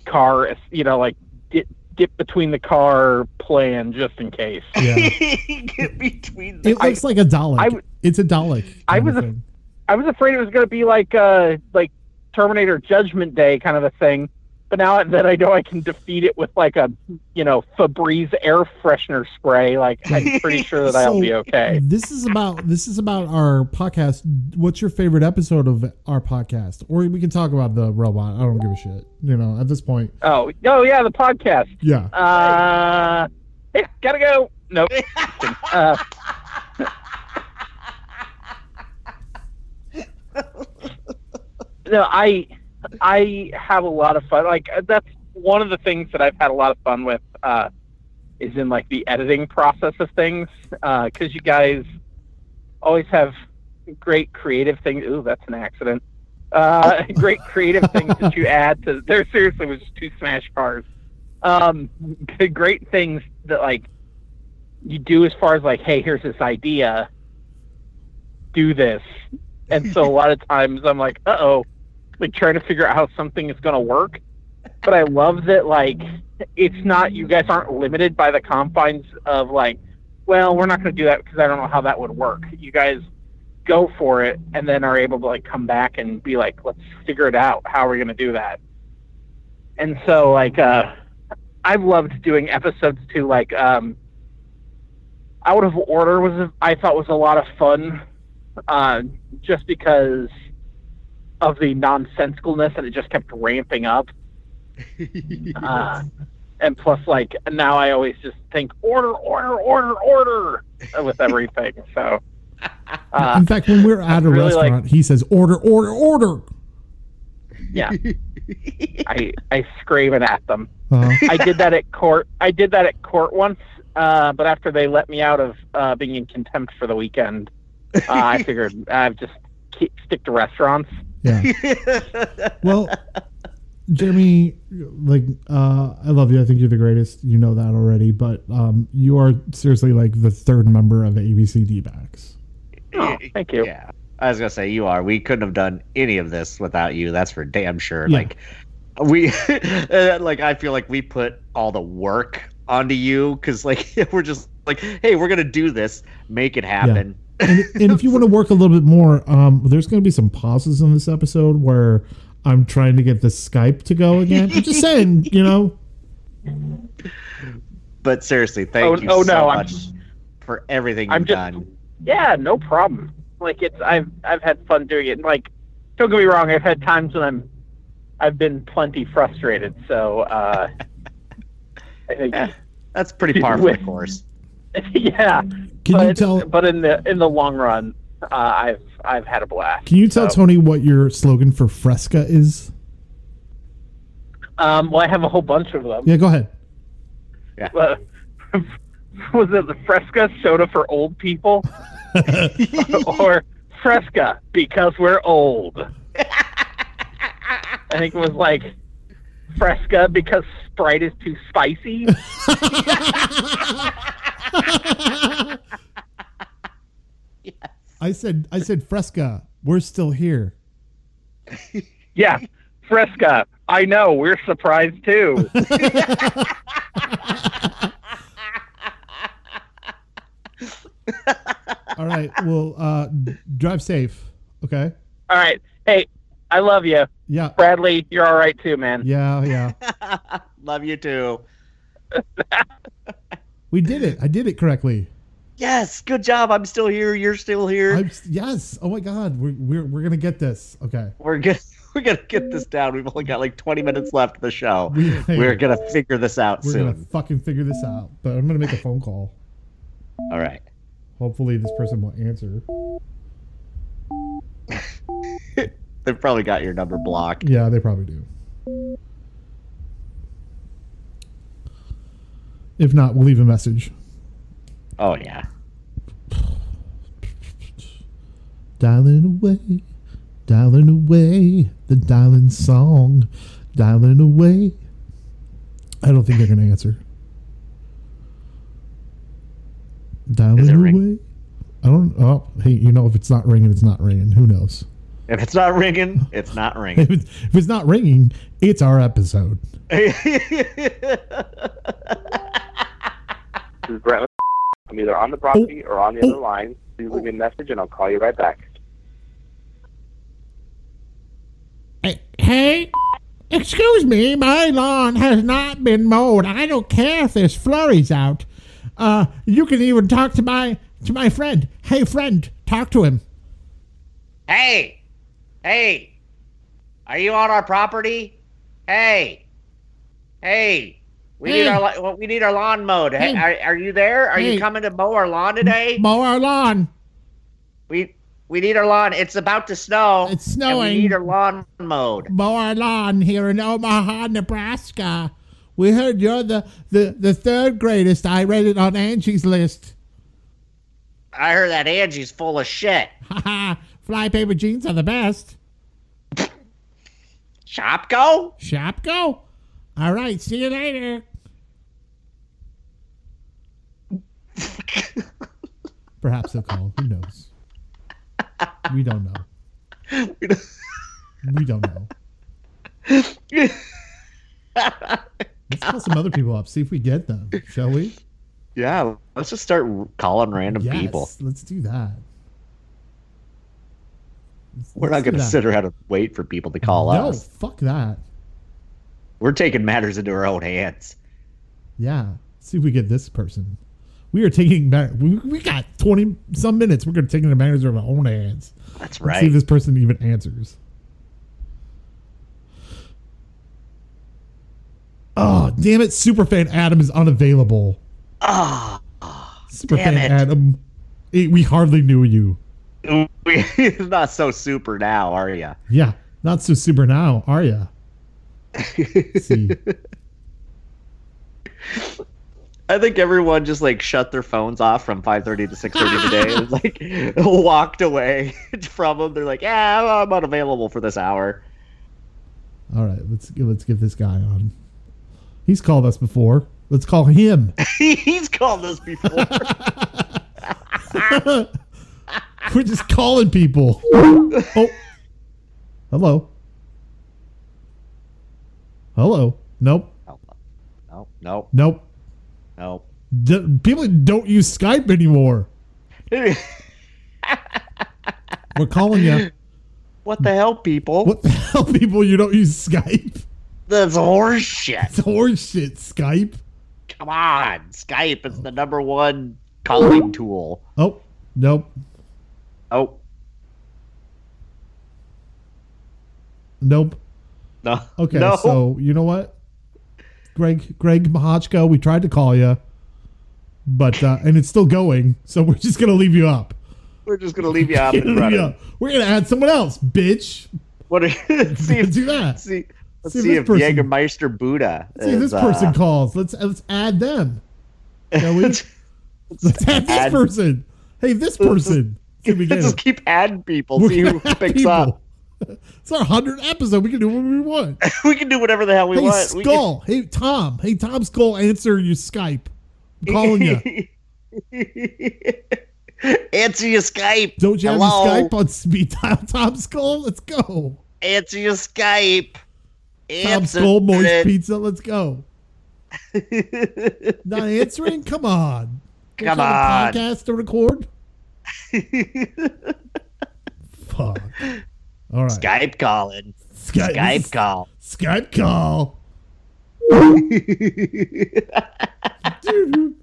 car, you know, like dip, dip between the car plan just in case. (laughs) Yeah. (laughs) Get between the It looks like a Dalek. I w- it's a Dalek. I kind of was a- thing. I was afraid it was going to be like uh like Terminator Judgment Day kind of a thing, but now that I know I can defeat it with like a you know Febreze air freshener spray, like I'm pretty sure that (laughs) I'll So, be okay. This is about this is about our podcast. What's your favorite episode of our podcast? Or we can talk about the robot. I don't give a shit. You know, at this point, Oh oh yeah, the podcast. yeah. Uh, yeah, gotta go. Nope. uh, no, I I have a lot of fun. Like uh, that's one of the things that I've had a lot of fun with uh, is in like the editing process of things because you guys always have great creative things. Ooh, that's an accident. Uh, (laughs) great creative things that you add to. There seriously was just two smash cars. Um, great things that like you do as far as like, hey, here's this idea, do this, and so a lot of times I'm like, uh oh, like trying to figure out how something is going to work. But I love that like it's not you guys aren't limited by the confines of like, well, we're not going to do that because I don't know how that would work. You guys go for it and then are able to like come back and be like, let's figure it out. How are we going to do that? And so like uh I've loved doing episodes too like um Out of Order was a, I thought was a lot of fun uh just because of the nonsensicalness and it just kept ramping up. uh, and plus, like now, I always just think order, order, order, order with everything. So, uh, In fact, when we're at a really restaurant, he says, "Order, order, order." yeah, I I scream it at them. Uh, (laughs) I did that at court. I did that at court once, uh, but after they let me out of uh, being in contempt for the weekend, uh, I figured I've just keep, stick to restaurants. (laughs) yeah. Well, Jeremy, like, uh, I love you. I think you're the greatest. You know that already. But um, you are seriously like the third member of ABC D backs. Oh, thank you. Yeah. I was gonna say you are. We couldn't have done any of this without you. That's for damn sure. Yeah. Like we, (laughs) uh, like I feel like we put all the work onto you because like (laughs) we're just like, hey, we're gonna do this, make it happen. and, and if you want to work a little bit more, um, there's going to be some pauses in this episode where I'm trying to get the Skype to go again. I'm just saying, you know, But seriously, thank Oh- you oh, so no, I'm- much for everything you've I'm just done. yeah, no problem. Like it's I've I've had fun doing it. And like, don't get me wrong, I've had times when I'm I've been plenty frustrated. So uh, I think Eh, (laughs) That's pretty par for the course. yeah. Can but, you tell? But in the in the long run, uh, I've I've had a blast. Can you tell So, Tony what your slogan for Fresca is? um, well, I have a whole bunch of them. Yeah, go ahead. (laughs) Uh, was it the Fresca soda for (laughs) old people, or Fresca because we're old? I think it was like Fresca because Sprite is too (laughs) spicy. I said I said Fresca. We're still here. Yeah, Fresca. I know we're (laughs) surprised too. All right. Well, uh, drive safe. Okay. All right, hey, I love you, Yeah. Bradley. You're all right too, man. Yeah. Yeah. Love you too. We did it. I did it correctly. Yes, good job. I'm still here. You're still here. I'm, yes. Oh my God. We're we're we're gonna get this. Okay. We're gonna (laughs) we're gonna get this down. We've only got like 20 minutes left of the show. We, We're gonna figure this out we're soon. gonna fucking figure this out. But I'm (laughs) gonna make a phone call. All right. Hopefully, this person will answer. They've probably got your number blocked. Yeah, they probably do. If not, we'll leave a message. Oh yeah. Dialing away, dialing away, the dialing song, dialing away. I don't think they're going to answer. Dialing it away. ring- I don't. Oh, hey, you know, if it's not ringing, it's not ringing. Who knows? If it's not ringing, (laughs) it's not ringing. If it's, if it's not ringing, it's our episode. This is Brett. I'm either on the property or on the other line. Please leave me a message and I'll call you right back. Hey, excuse me, my lawn has not been mowed. I don't care if there's flurries out. Uh, you can even talk to my to my friend. Hey, friend, talk to him. (laughs) hey, hey, are you on our property? Hey, hey, we need Hey. our la- well, we need our lawn mowed. Hey, Hey. are, are you there? Are Hey. you coming to mow our lawn today? Mow our lawn. we we need our lawn. It's about to snow. It's And snowing. we need our lawn mowed. Mow our lawn here in Omaha, Nebraska. We heard you're the the, the third greatest. I read it on Angie's list. I heard that Angie's full of shit. Haha, (laughs) fly paper jeans are the best. Shopko? Shop go. All right, see you later. Perhaps they'll call. Who knows? We don't know. We don't know. Let's call some other people up. See if we get them, shall we? yeah, let's just start r- calling random Yes, people. let's do that. Let's- We're let's not do going to that. sit around and wait for people to call No, us. fuck that. We're taking matters into our own hands. (laughs) Yeah. See if we get this person. We are taking back. We, we got twenty some minutes. We're gonna take the manager of our own hands. Let's That's see right. if this person even answers. Oh damn it! Superfan Adam is unavailable. Ah, Superfan Damn it. Adam, eh, we hardly knew you. we- it's not so super now, are you? Yeah, not so super now, are ya? See, I think everyone just like shut their phones off from 5:30 to 6:30 today, and, like (laughs) walked away (laughs) from them. They're like, "Yeah, I'm- I'm unavailable for this hour." all right, let's let's get this guy on. He's called us before. Let's call him. (laughs) He's called us before. We're just calling people. Oh. Hello. Hello. Nope. no, no, Nope. no. D- people don't use Skype anymore. (laughs) We're calling you. what the hell, people? What the hell, people? You don't use Skype? That's horse shit. It's horseshit, Skype. Come on, Skype is the number one calling tool. Oh, Nope. Oh, Nope. no. Okay, No. so you know what, Greg, Greg Mahatchko, we tried to call you, but uh, and it's still going, so (laughs) we're just gonna leave you up. We're just going to leave you up and (laughs) Leave you running. up. We're gonna add someone else, bitch. What are, (laughs) see if, Do that. See, see, let's See see, if this if person- Jägermeister Buddha. if this is, uh, person calls. Let's let's add them. Shall (laughs) we? let's, let's add this add- person. Hey, this person. Can we get let's just him? keep adding people, We're see gonna who add picks people. up. (laughs) It's our hundredth episode. We can do what we want. (laughs) We can do whatever the hell we hey, want. We can- Skull. Hey, Tom. Hey, Tom Skull, answer your Skype. I'm calling (laughs) you. Answer your Skype. Don't you have Hello? your Skype on speed dial, Tom Skull? Let's go. Answer your Skype. Tom Answer Skull, Moist it. Pizza. Let's (laughs) go. Not answering? Come on. Don't you have Come on. a podcast to record? Fuck. All right. Skype calling. Skype, Skype call. Skype call. Doo-doo.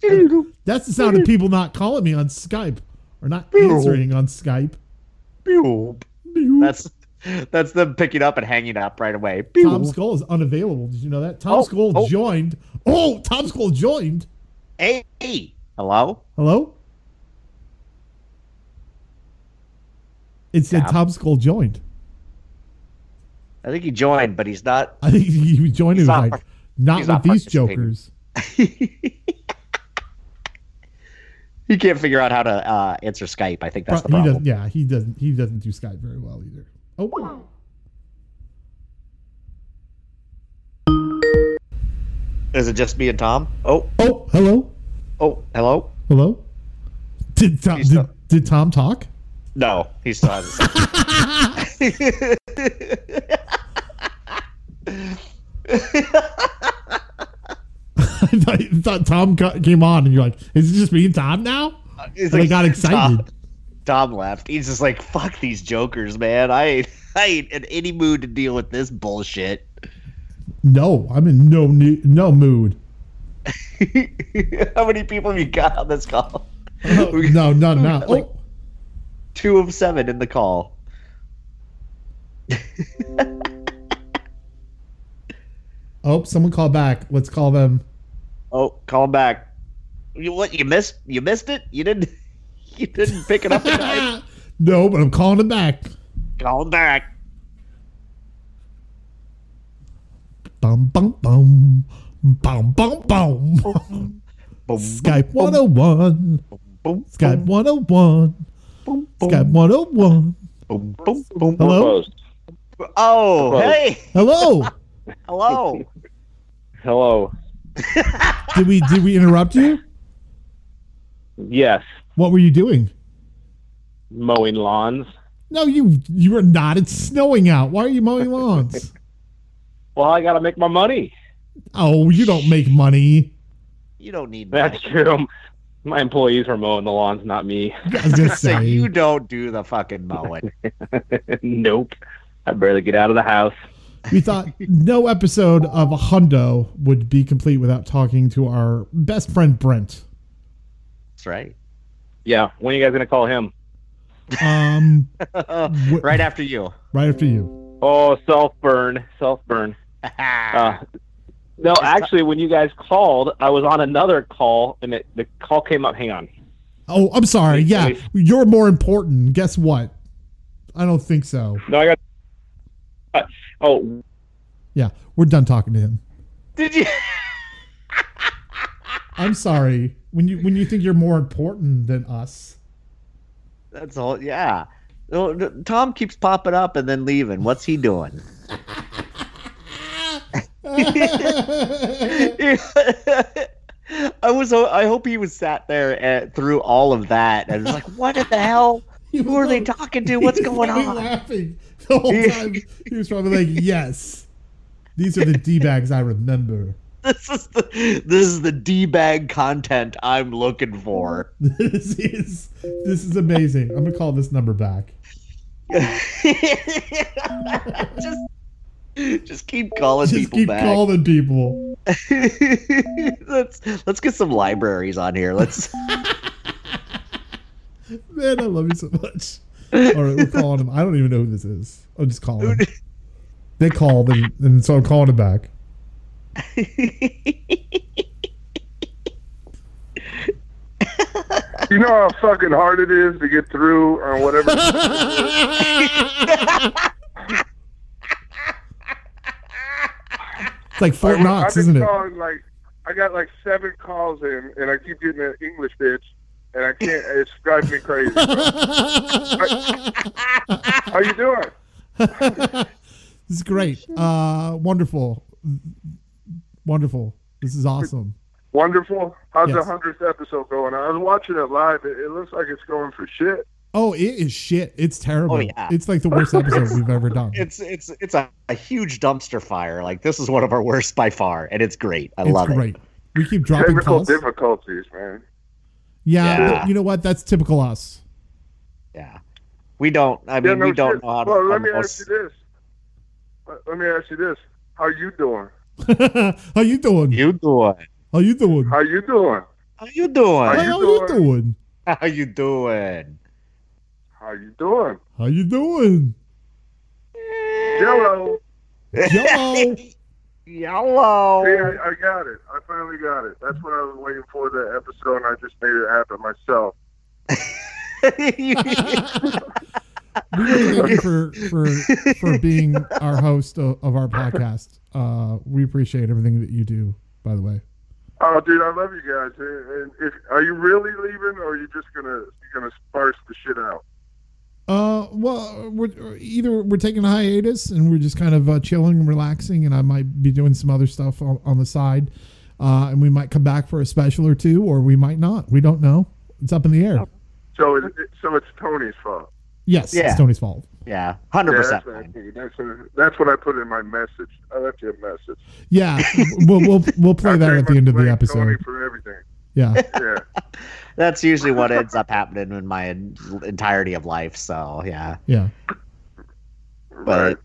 Doo-doo. That's the sound of people not calling me on Skype or not answering on Skype. That's that's them picking up and hanging up right away. Tom Skull is unavailable. Did you know that? Tom Oh, Skull oh. joined. Oh, Tom Skull joined. Hey, hey. hello. Hello? It said Yeah. Tom Skull joined. I think he joined, but he's not. I think he joined He's it not like, part- not he's with not these participating. jokers. he can't figure out how to uh, answer Skype. I think that's the Pro- he problem. doesn't, yeah, he doesn't. He doesn't do Skype very well either. Oh, Is it just me and Tom? Oh, oh, hello, oh, hello. hello. Did Tom? He's Did, not- did Tom talk? (laughs) No, he still hasn't. I thought, I thought Tom co- came on, and you're like, "Is it just me and Tom now?" Uh, He's And I got Tom, excited. Tom left. He's just like, "Fuck these jokers, man. I ain't, I ain't in any mood to deal with this bullshit." (laughs) No, I'm in no new, no mood. How many people have you got on this call? We got Oh, No, no, no. Like- Oh, two of seven in the call. oh, someone call back. Let's call them. Oh, call him back. You, what? You missed? You missed it? You didn't? (laughs) You didn't pick it up in time? (laughs) no, but I'm calling them back. call him back. Bum bum bum bum bum bum. Boom, (laughs) Skype 101. boom, Skype 101. boom, boom, Skype 101. boom, boom, boom. Hello? Closed. Oh, hey, Hello. (laughs) hello. Hello. Did we did we interrupt you? Yes. What were you doing? Mowing lawns. No, you you were not. It's snowing out. Why are you mowing lawns? Well, I got to make my money. Oh, you don't make money. You don't need That's that. true. My employees were mowing the lawns, Oh, not me. (laughs) (laughs) I was gonna So say. you don't do the fucking mowing. nope. I barely get out of the house. We thought no episode of a hundo would be complete without talking to our best friend Brent. That's right. Yeah. When are you guys gonna call him? Um, wh- (laughs) right after you. right after you. Oh, self burn, self burn. Uh, no, actually, when you guys called, I was on another call, and it, the call came up. Hang on. Oh, I'm sorry. Wait, Yeah, wait. you're more important. Guess what? I don't think so. No, I got. Uh, oh, Yeah, we're done talking to him. Did you? I'm sorry. When you when you think you're more important than us, That's all. Yeah. Oh, no, Tom keeps popping up and then leaving. What's he doing? I was. uh, I hope he was sat there at, through all of that and was like, (laughs) "What the (laughs) hell? Who are they talking to? What's He was going probably on?" Laughing (laughs) the whole time. he was probably (laughs) like, "Yes, these are the d bags I remember." (laughs) This is the this is the d bag content I'm looking for. This is this is amazing. I'm gonna call this number back. just just keep (laughs) calling Just people keep back. (laughs) calling people. let's let's get some libraries on here. Let's Man, I love you so much. All right, we're calling him. I don't even know who this is. I'll just call (laughs) him. They called, and, and so I'm calling him back. You know how fucking hard it is to get through on whatever. It's (laughs) like Fort I've Knox, isn't been it? calling like I got like seven calls in, and I keep getting an English bitch, and I can't. It's driving me crazy. (laughs) bro. How you doing? (laughs) This is great. Uh, wonderful. Wonderful. This is awesome. Wonderful. How's the Yes. hundredth episode going? I was watching it live. It, it looks like it's going for shit. Oh, it is shit. It's terrible. Oh, yeah. It's like the worst episode we've ever (laughs) done. It's it's it's a, a huge dumpster fire. Like this is one of our worst by far, and it's great. I It's love great. We keep dropping Technical calls. difficulties, man. Yeah, Yeah. but you know what? That's typical us. (laughs) it. Yeah, we don't. I mean, Yeah, no we don't shit. know how to. Well, how let to me most- ask you this. Let- Let me ask you this. How you doing? How you doing? You doing? How you doing? How you doing? How you doing? How How you doing? you doing? (laughs) How you doing? How you doing? How you doing? Yellow. Yo. Yellow. Oh. See, I, I got it. I finally got it. That's what I was waiting for the episode, and I just made it happen myself. We really thank you (laughs) for for for being our host of, of our podcast. Uh, we appreciate everything that you do. By the way, Oh, dude, I love you guys. And and if, are you really leaving, or are you just gonna you gonna sparse the shit out? uh, well, we're either we're taking a hiatus and we're just kind of uh, chilling and relaxing, and I might be doing some other stuff on, on the side, uh, and we might come back for a special or two, or we might not. We don't know. It's up in the air. So it, it- so it's Tony's fault. Yes, Yeah. it's Tony's fault. Yeah, hundred Yeah, percent. that's what, I figured. that's, what, I- that's what I put in my message. I left you a message. Yeah, we'll we'll, (laughs) we'll play I that pretty at the much end of the blame Tony episode. for everything. (laughs) Yeah. Yeah. That's usually what ends up happening in my en- entirety of life. So yeah, Yeah. but right.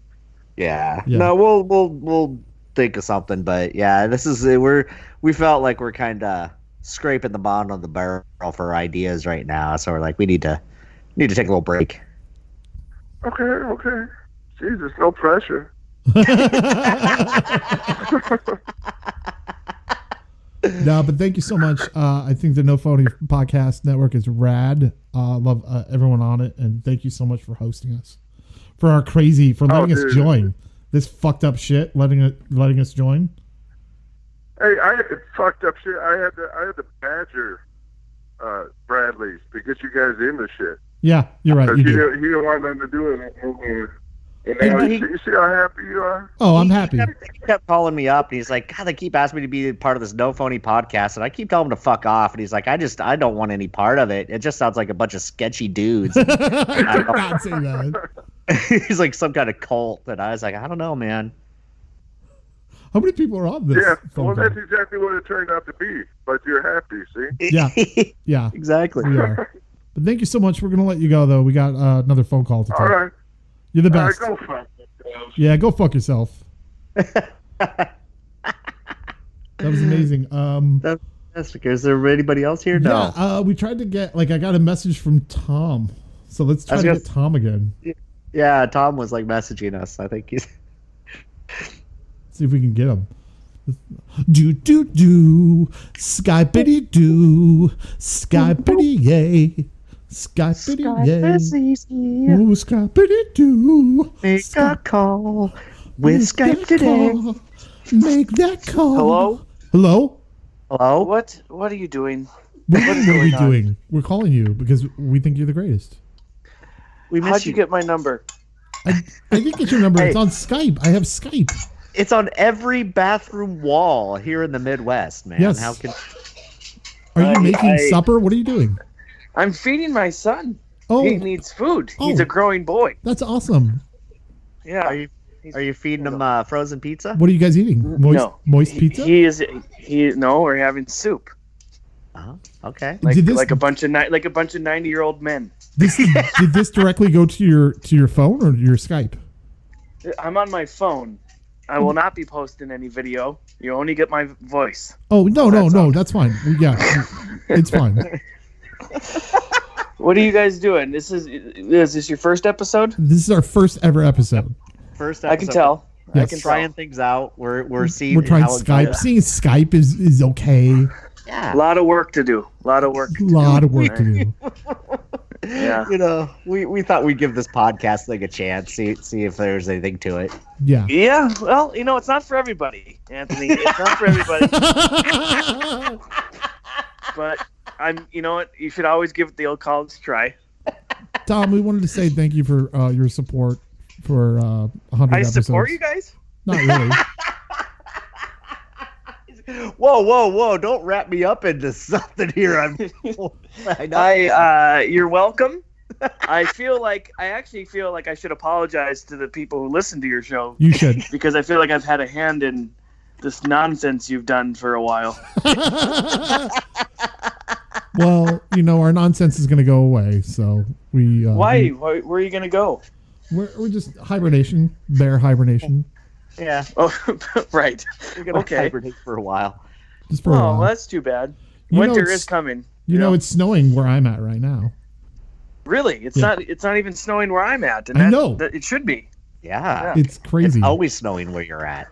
yeah. Yeah. no, we'll we'll we'll think of something. But yeah, this is we're we felt like we're kind of scraping the bottom of the barrel for ideas right now. So we're like, we need to need to take a little break. Okay. Okay. Jesus, no pressure. (laughs) No, but thank you so much. Uh, I think the No Phony Podcast Network is rad. Uh, love uh, everyone on it, and thank you so much for hosting us, for our crazy, for letting us Oh, dude. join this fucked up shit, letting it, letting us join. Hey, I had the fucked up shit. I had to I had to badger uh, Bradley's to get you guys into shit. Yeah, you're right. Because You he, do. didn't, he didn't want nothing to do with it. And- And now Yeah, you, he- see, you see how happy you are? Oh, (laughs) I'm happy. He kept calling me up, and he's like, God, they keep asking me to be part of this no phony podcast, and I keep telling him to fuck off. And he's like, I just I don't want any part of it. It just sounds like a bunch of (laughs) sketchy dudes. (laughs) I did not say that. he's like some kind of cult, and I was like, I don't know, man. How many people are on this? Yeah. phone Well, call? that's exactly what it turned out to be. But you're happy, see? (laughs) Yeah. yeah, exactly. we (laughs) are. But thank you so much. We're gonna let you go though. We got uh, another phone call to take. All right. You're the All right, best. go fuck yourselves. Yeah, go fuck (laughs) yourself. that was amazing. Um, That's because is there anybody else here? No. Yeah, uh, we tried to get like I got a message from Tom, so let's I try was to gonna- get Tom again. Yeah. Tom was like messaging us. I think he's. (laughs) See if we can get him. Do do do, skypity do, skypity yay, skypity yay, easy. ooh skypity do. Make a call with Skype that today. call. Make that call. Hello? Hello. Hello. What what are you doing? What What's are we going on? doing? We're calling you because we think you're the greatest. We How'd missed you you. get my number? I, I didn't get your number. It's Hey. on Skype. I have Skype. It's on every bathroom wall here in the Midwest, man. Yes. How can? Are you I- making I- supper? What are you doing? I'm feeding my son. Oh, He needs food. He's Oh. a growing boy. That's awesome. Are Yeah. you are you feeding them uh, frozen pizza? What are you guys eating? Moist, No. moist He- (laughs) pizza? He is he no, we're having soup. Uh-huh. Okay. Like did this like a bunch of ni- like a bunch of 90-year-old men. this did this directly go to your to your phone or your Skype? I'm on my phone. I Hmm. will not be posting any video. You only get my voice. Oh no no That's no, on- that's fine. Yeah, it's fine. (laughs) What are you guys doing? This is is this your first episode? This is our first ever episode. First, I can tell. I Yes. can trying things out. We're we're seeing We're trying how it Skype. goes. Seeing Skype is, is okay. Yeah, A lot of work to do. A lot of work. A lot of work to do. (laughs) Yeah. you know, we, we thought we'd give this podcast thing a chance, see see if there's anything to it. Yeah. Yeah. Well, you know, it's not for everybody, Anthony. It's not (laughs) for everybody. but I'm. You know what? You should always give the old college a try. Tom, we wanted to say thank you for uh, your support for uh, 100 I episodes. support you guys. Not really. Whoa, whoa, whoa! Don't wrap me up into (laughs) something here. I'm. I (laughs) know. I. Uh, you're welcome. I feel like I actually feel like I should apologize to the people who listen to your show You should. because I feel like I've had a hand in this nonsense you've done for (laughs) a while. well, you know, our nonsense is going to go away. So we. Uh, Why? We, Why? Where are you gonna go? we're, we're just hibernation, bear hibernation, yeah, (laughs) Oh, right. we're gonna Okay. hibernate for a while. just for a Oh, while. well, that's too bad. You know Winter it's- is coming. you know, it's snowing where I'm at right now. Really, it's Yeah. not. It's not even snowing where I'm at, and I that, know. that- it should be. Yeah, It's crazy. it's always snowing where you're at.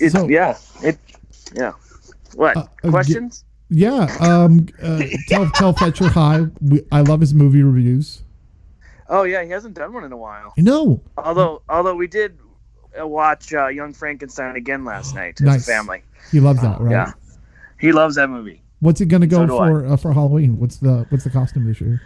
It's, So- yeah. It. Yeah. What Uh, uh, questions? yeah. Um. (laughs) Uh, tell tell Fletcher hi. We, I love his movie reviews. oh yeah, he hasn't done one in a while. I know. Although, although we did uh, watch uh, Young Frankenstein again last night as Nice. a family. Uh, He loves that, right? Yeah. He loves that movie. What's it gonna go So do I. for uh, for Halloween? What's the what's the costume this year?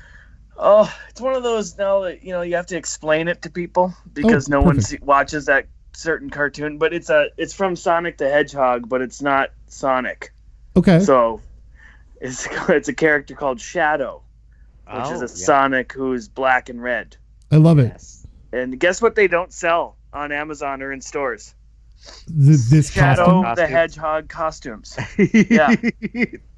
Oh, it's one of those now that you know you have to explain it to people because no one Oh, perfect. se- watches that certain cartoon. But it's a it's from Sonic the Hedgehog, but it's not Sonic. Okay. So it's (laughs) it's a character called Shadow, which is a Sonic who's black and red. I love it. Yes. And guess what? They don't sell on Amazon or in stores. Th- this costume. Shadow the Costumes. (laughs) Hedgehog costumes. (laughs) yeah.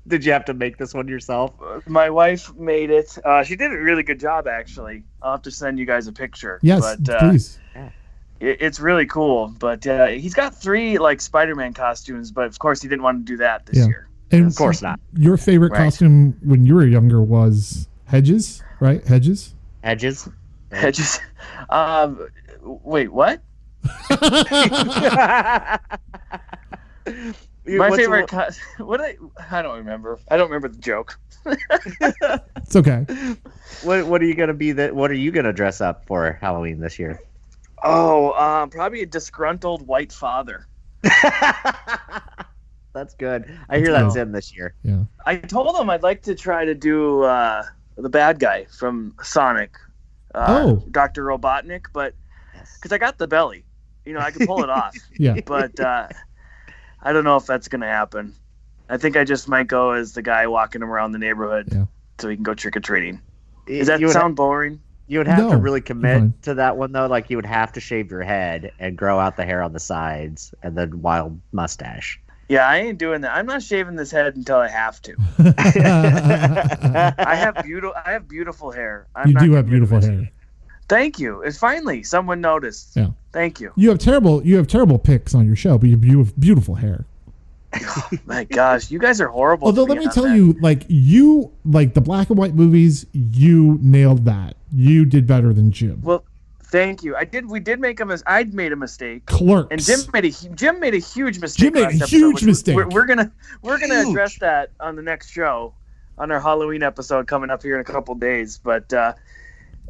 Did you have to make this one yourself? My wife made it. Uh, she did a really good job, actually. I'll have to send you guys a picture. Yes, but, uh, please. it, it's really cool. But uh, he's got three like Spider-Man costumes, but of course he didn't want to do that this Yeah. year. And Of course not. Your favorite Right. costume when you were younger was Hedges, right? (laughs) Hedges. (laughs) Edges. It just, um, wait, (laughs) what? My favorite. co- what I I don't remember. I don't remember the joke. It's okay. What, what are you gonna be? That what are you gonna dress up for Halloween this year? Oh, um, probably a disgruntled white father. (laughs) That's good. I hear Oh. that's him this year. I told him I'd like to try to do uh, the bad guy from Sonic, uh, Oh. Doctor Robotnik, but Yes. because I got the belly, you know, I could pull it off. (laughs) Yeah. but uh, I don't know if that's gonna happen. I think I just might go as the guy walking him around the neighborhood, Yeah. so he can go trick or treating. Does that you would, sound boring? you would have No, to really fine. commit to that one though. Like you would have to shave your head and grow out the hair on the sides and then wild mustache. (laughs) Yeah, I ain't doing that. I'm not shaving this head until I have to. (laughs) I have beautiful, I have beautiful hair. I'm you not do gonna have get beautiful rid of it. hair. Thank you. It's finally someone noticed. Yeah. Thank you. (laughs) You have terrible you have terrible pics on your show, but you you have beautiful hair. Oh My gosh, you guys are horrible. Although to let me on tell that. you, like you like the black and white movies, you nailed that. You did better than Jim. Well, thank you. I did. We did make a mis- I made a mistake, Clerks. and Jim made a hu- Jim made a huge mistake. Jim made a last huge which mistake. We're, we're gonna we're gonna address that on the next show, on our Halloween episode coming up here in a couple days. But uh,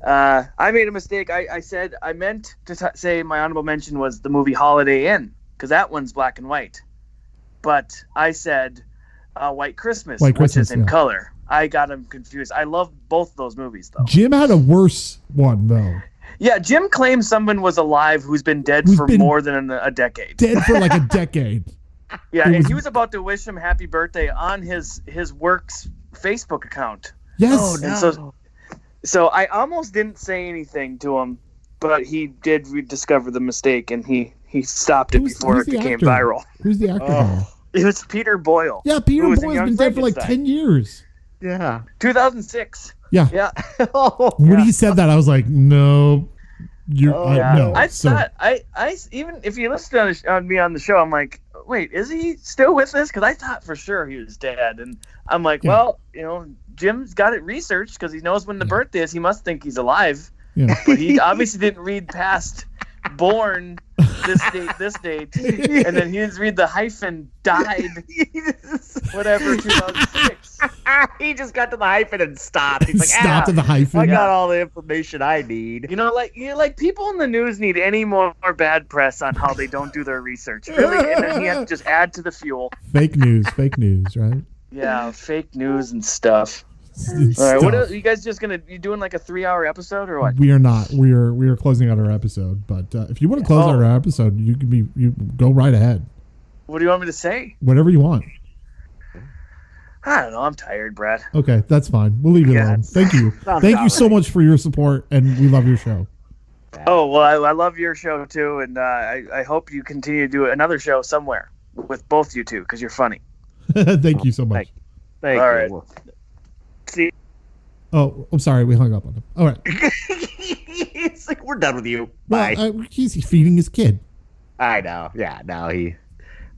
uh, I made a mistake. I, I said I meant to t- say my honorable mention was the movie Holiday Inn because that one's black and white, but I said uh, White Christmas, White which Christmas, is in yeah. color. I got him confused. I love both those movies though. Jim had a worse one though. Yeah, Jim claims someone was alive who's been dead Who's for been- more than a decade. Dead for (laughs) like a decade. Yeah, It and was- he was about to wish him happy birthday on his his works Facebook account. Yes. And so so I almost didn't say anything to him, but he did rediscover the mistake and he he stopped it Who's- before who's it the became actor? viral. (laughs) Who's the actor? Oh. now? It was Peter Boyle, Yeah, Peter Who was in Boyle's Young been dead for like Frankenstein? ten years. Yeah. 2006. Yeah. Yeah. oh. When he said that, I was like, no, You're, Oh, I, no, I so- thought I, I s- even if you listened on, the sh- on me on the show, I'm like, wait, is he still with us? Because I thought for sure he was dead, and I'm like, Yeah. well, you know, Jim's got it researched because he knows when the birthday is. He must think he's alive, Yeah. but (laughs) he obviously didn't read past born this date, this date, and then he didn't read the hyphen died, whatever 2006. (laughs) he just got to the hyphen and stopped. He's like, stopped ah, at the hyphen. I got all the information I need. You know, like you know, like people in the news need any more bad press on how they don't do their research. Really, and then you have to just add to the fuel. Fake news, fake news, (laughs) right? Yeah, fake news and stuff. It's- it's All right, what stuff. are you guys just gonna you doing like a three hour episode or what? we are not. We are we are closing out our episode. But uh, if you want to close out Oh. our episode, you can be you go right ahead. What do you want me to say? Whatever you want. I don't know. I'm tired, Brad. Okay, that's fine. We'll leave it Yeah. alone. Thank (laughs) you. Sounds Thank you all so much for your support, and we love your show. (laughs) Oh well, I, I love your show too, and uh, I I hope you continue to do another show somewhere with both you two because you're funny. Thank you so Oh, much. Thank All you. right. See, Oh, I'm sorry, we hung up on him. All right. It's like, we're done with you. Bye. Well, uh, he's feeding his kid. I know. Yeah, no, he.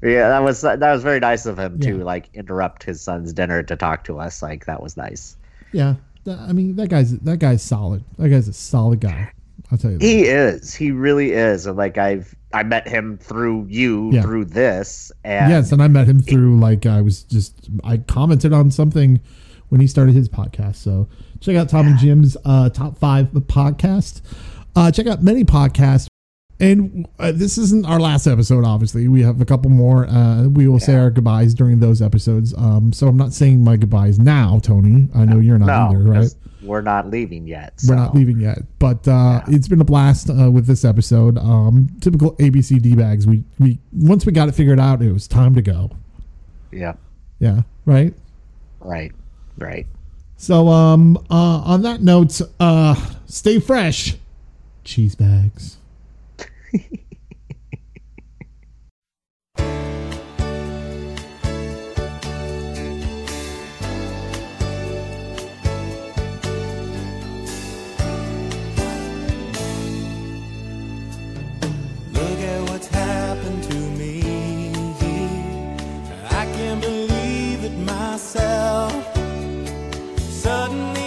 Yeah, that was that was very nice of him to Yeah. like interrupt his son's dinner to talk to us. Like that was nice. Yeah, Th- I mean that guy's that guy's solid. That guy's a solid guy. I'll tell you. That. He is. He really is. And like I've I met him through you Yeah. through this and yes, and I met him through like I was just I commented on something when he started his podcast. So check out Tom and Jim's uh, top five podcast. Uh, check out many podcasts. And uh, this isn't our last episode, obviously. We have a couple more. Uh, we will say our goodbyes during those episodes. Um, so I'm not saying my goodbyes now, Tony. I know you're not no, either, right? 'cause we're not leaving yet. We're not so. leaving yet, but uh, it's been a blast uh, with this episode. Um, typical ABC D bags. We we once we got it figured out, it was time to go. Yeah. Yeah, right. Right. Right. So um, uh, on that note, uh, stay fresh, cheese bags. Look at what's happened to me. I can't believe it myself. Suddenly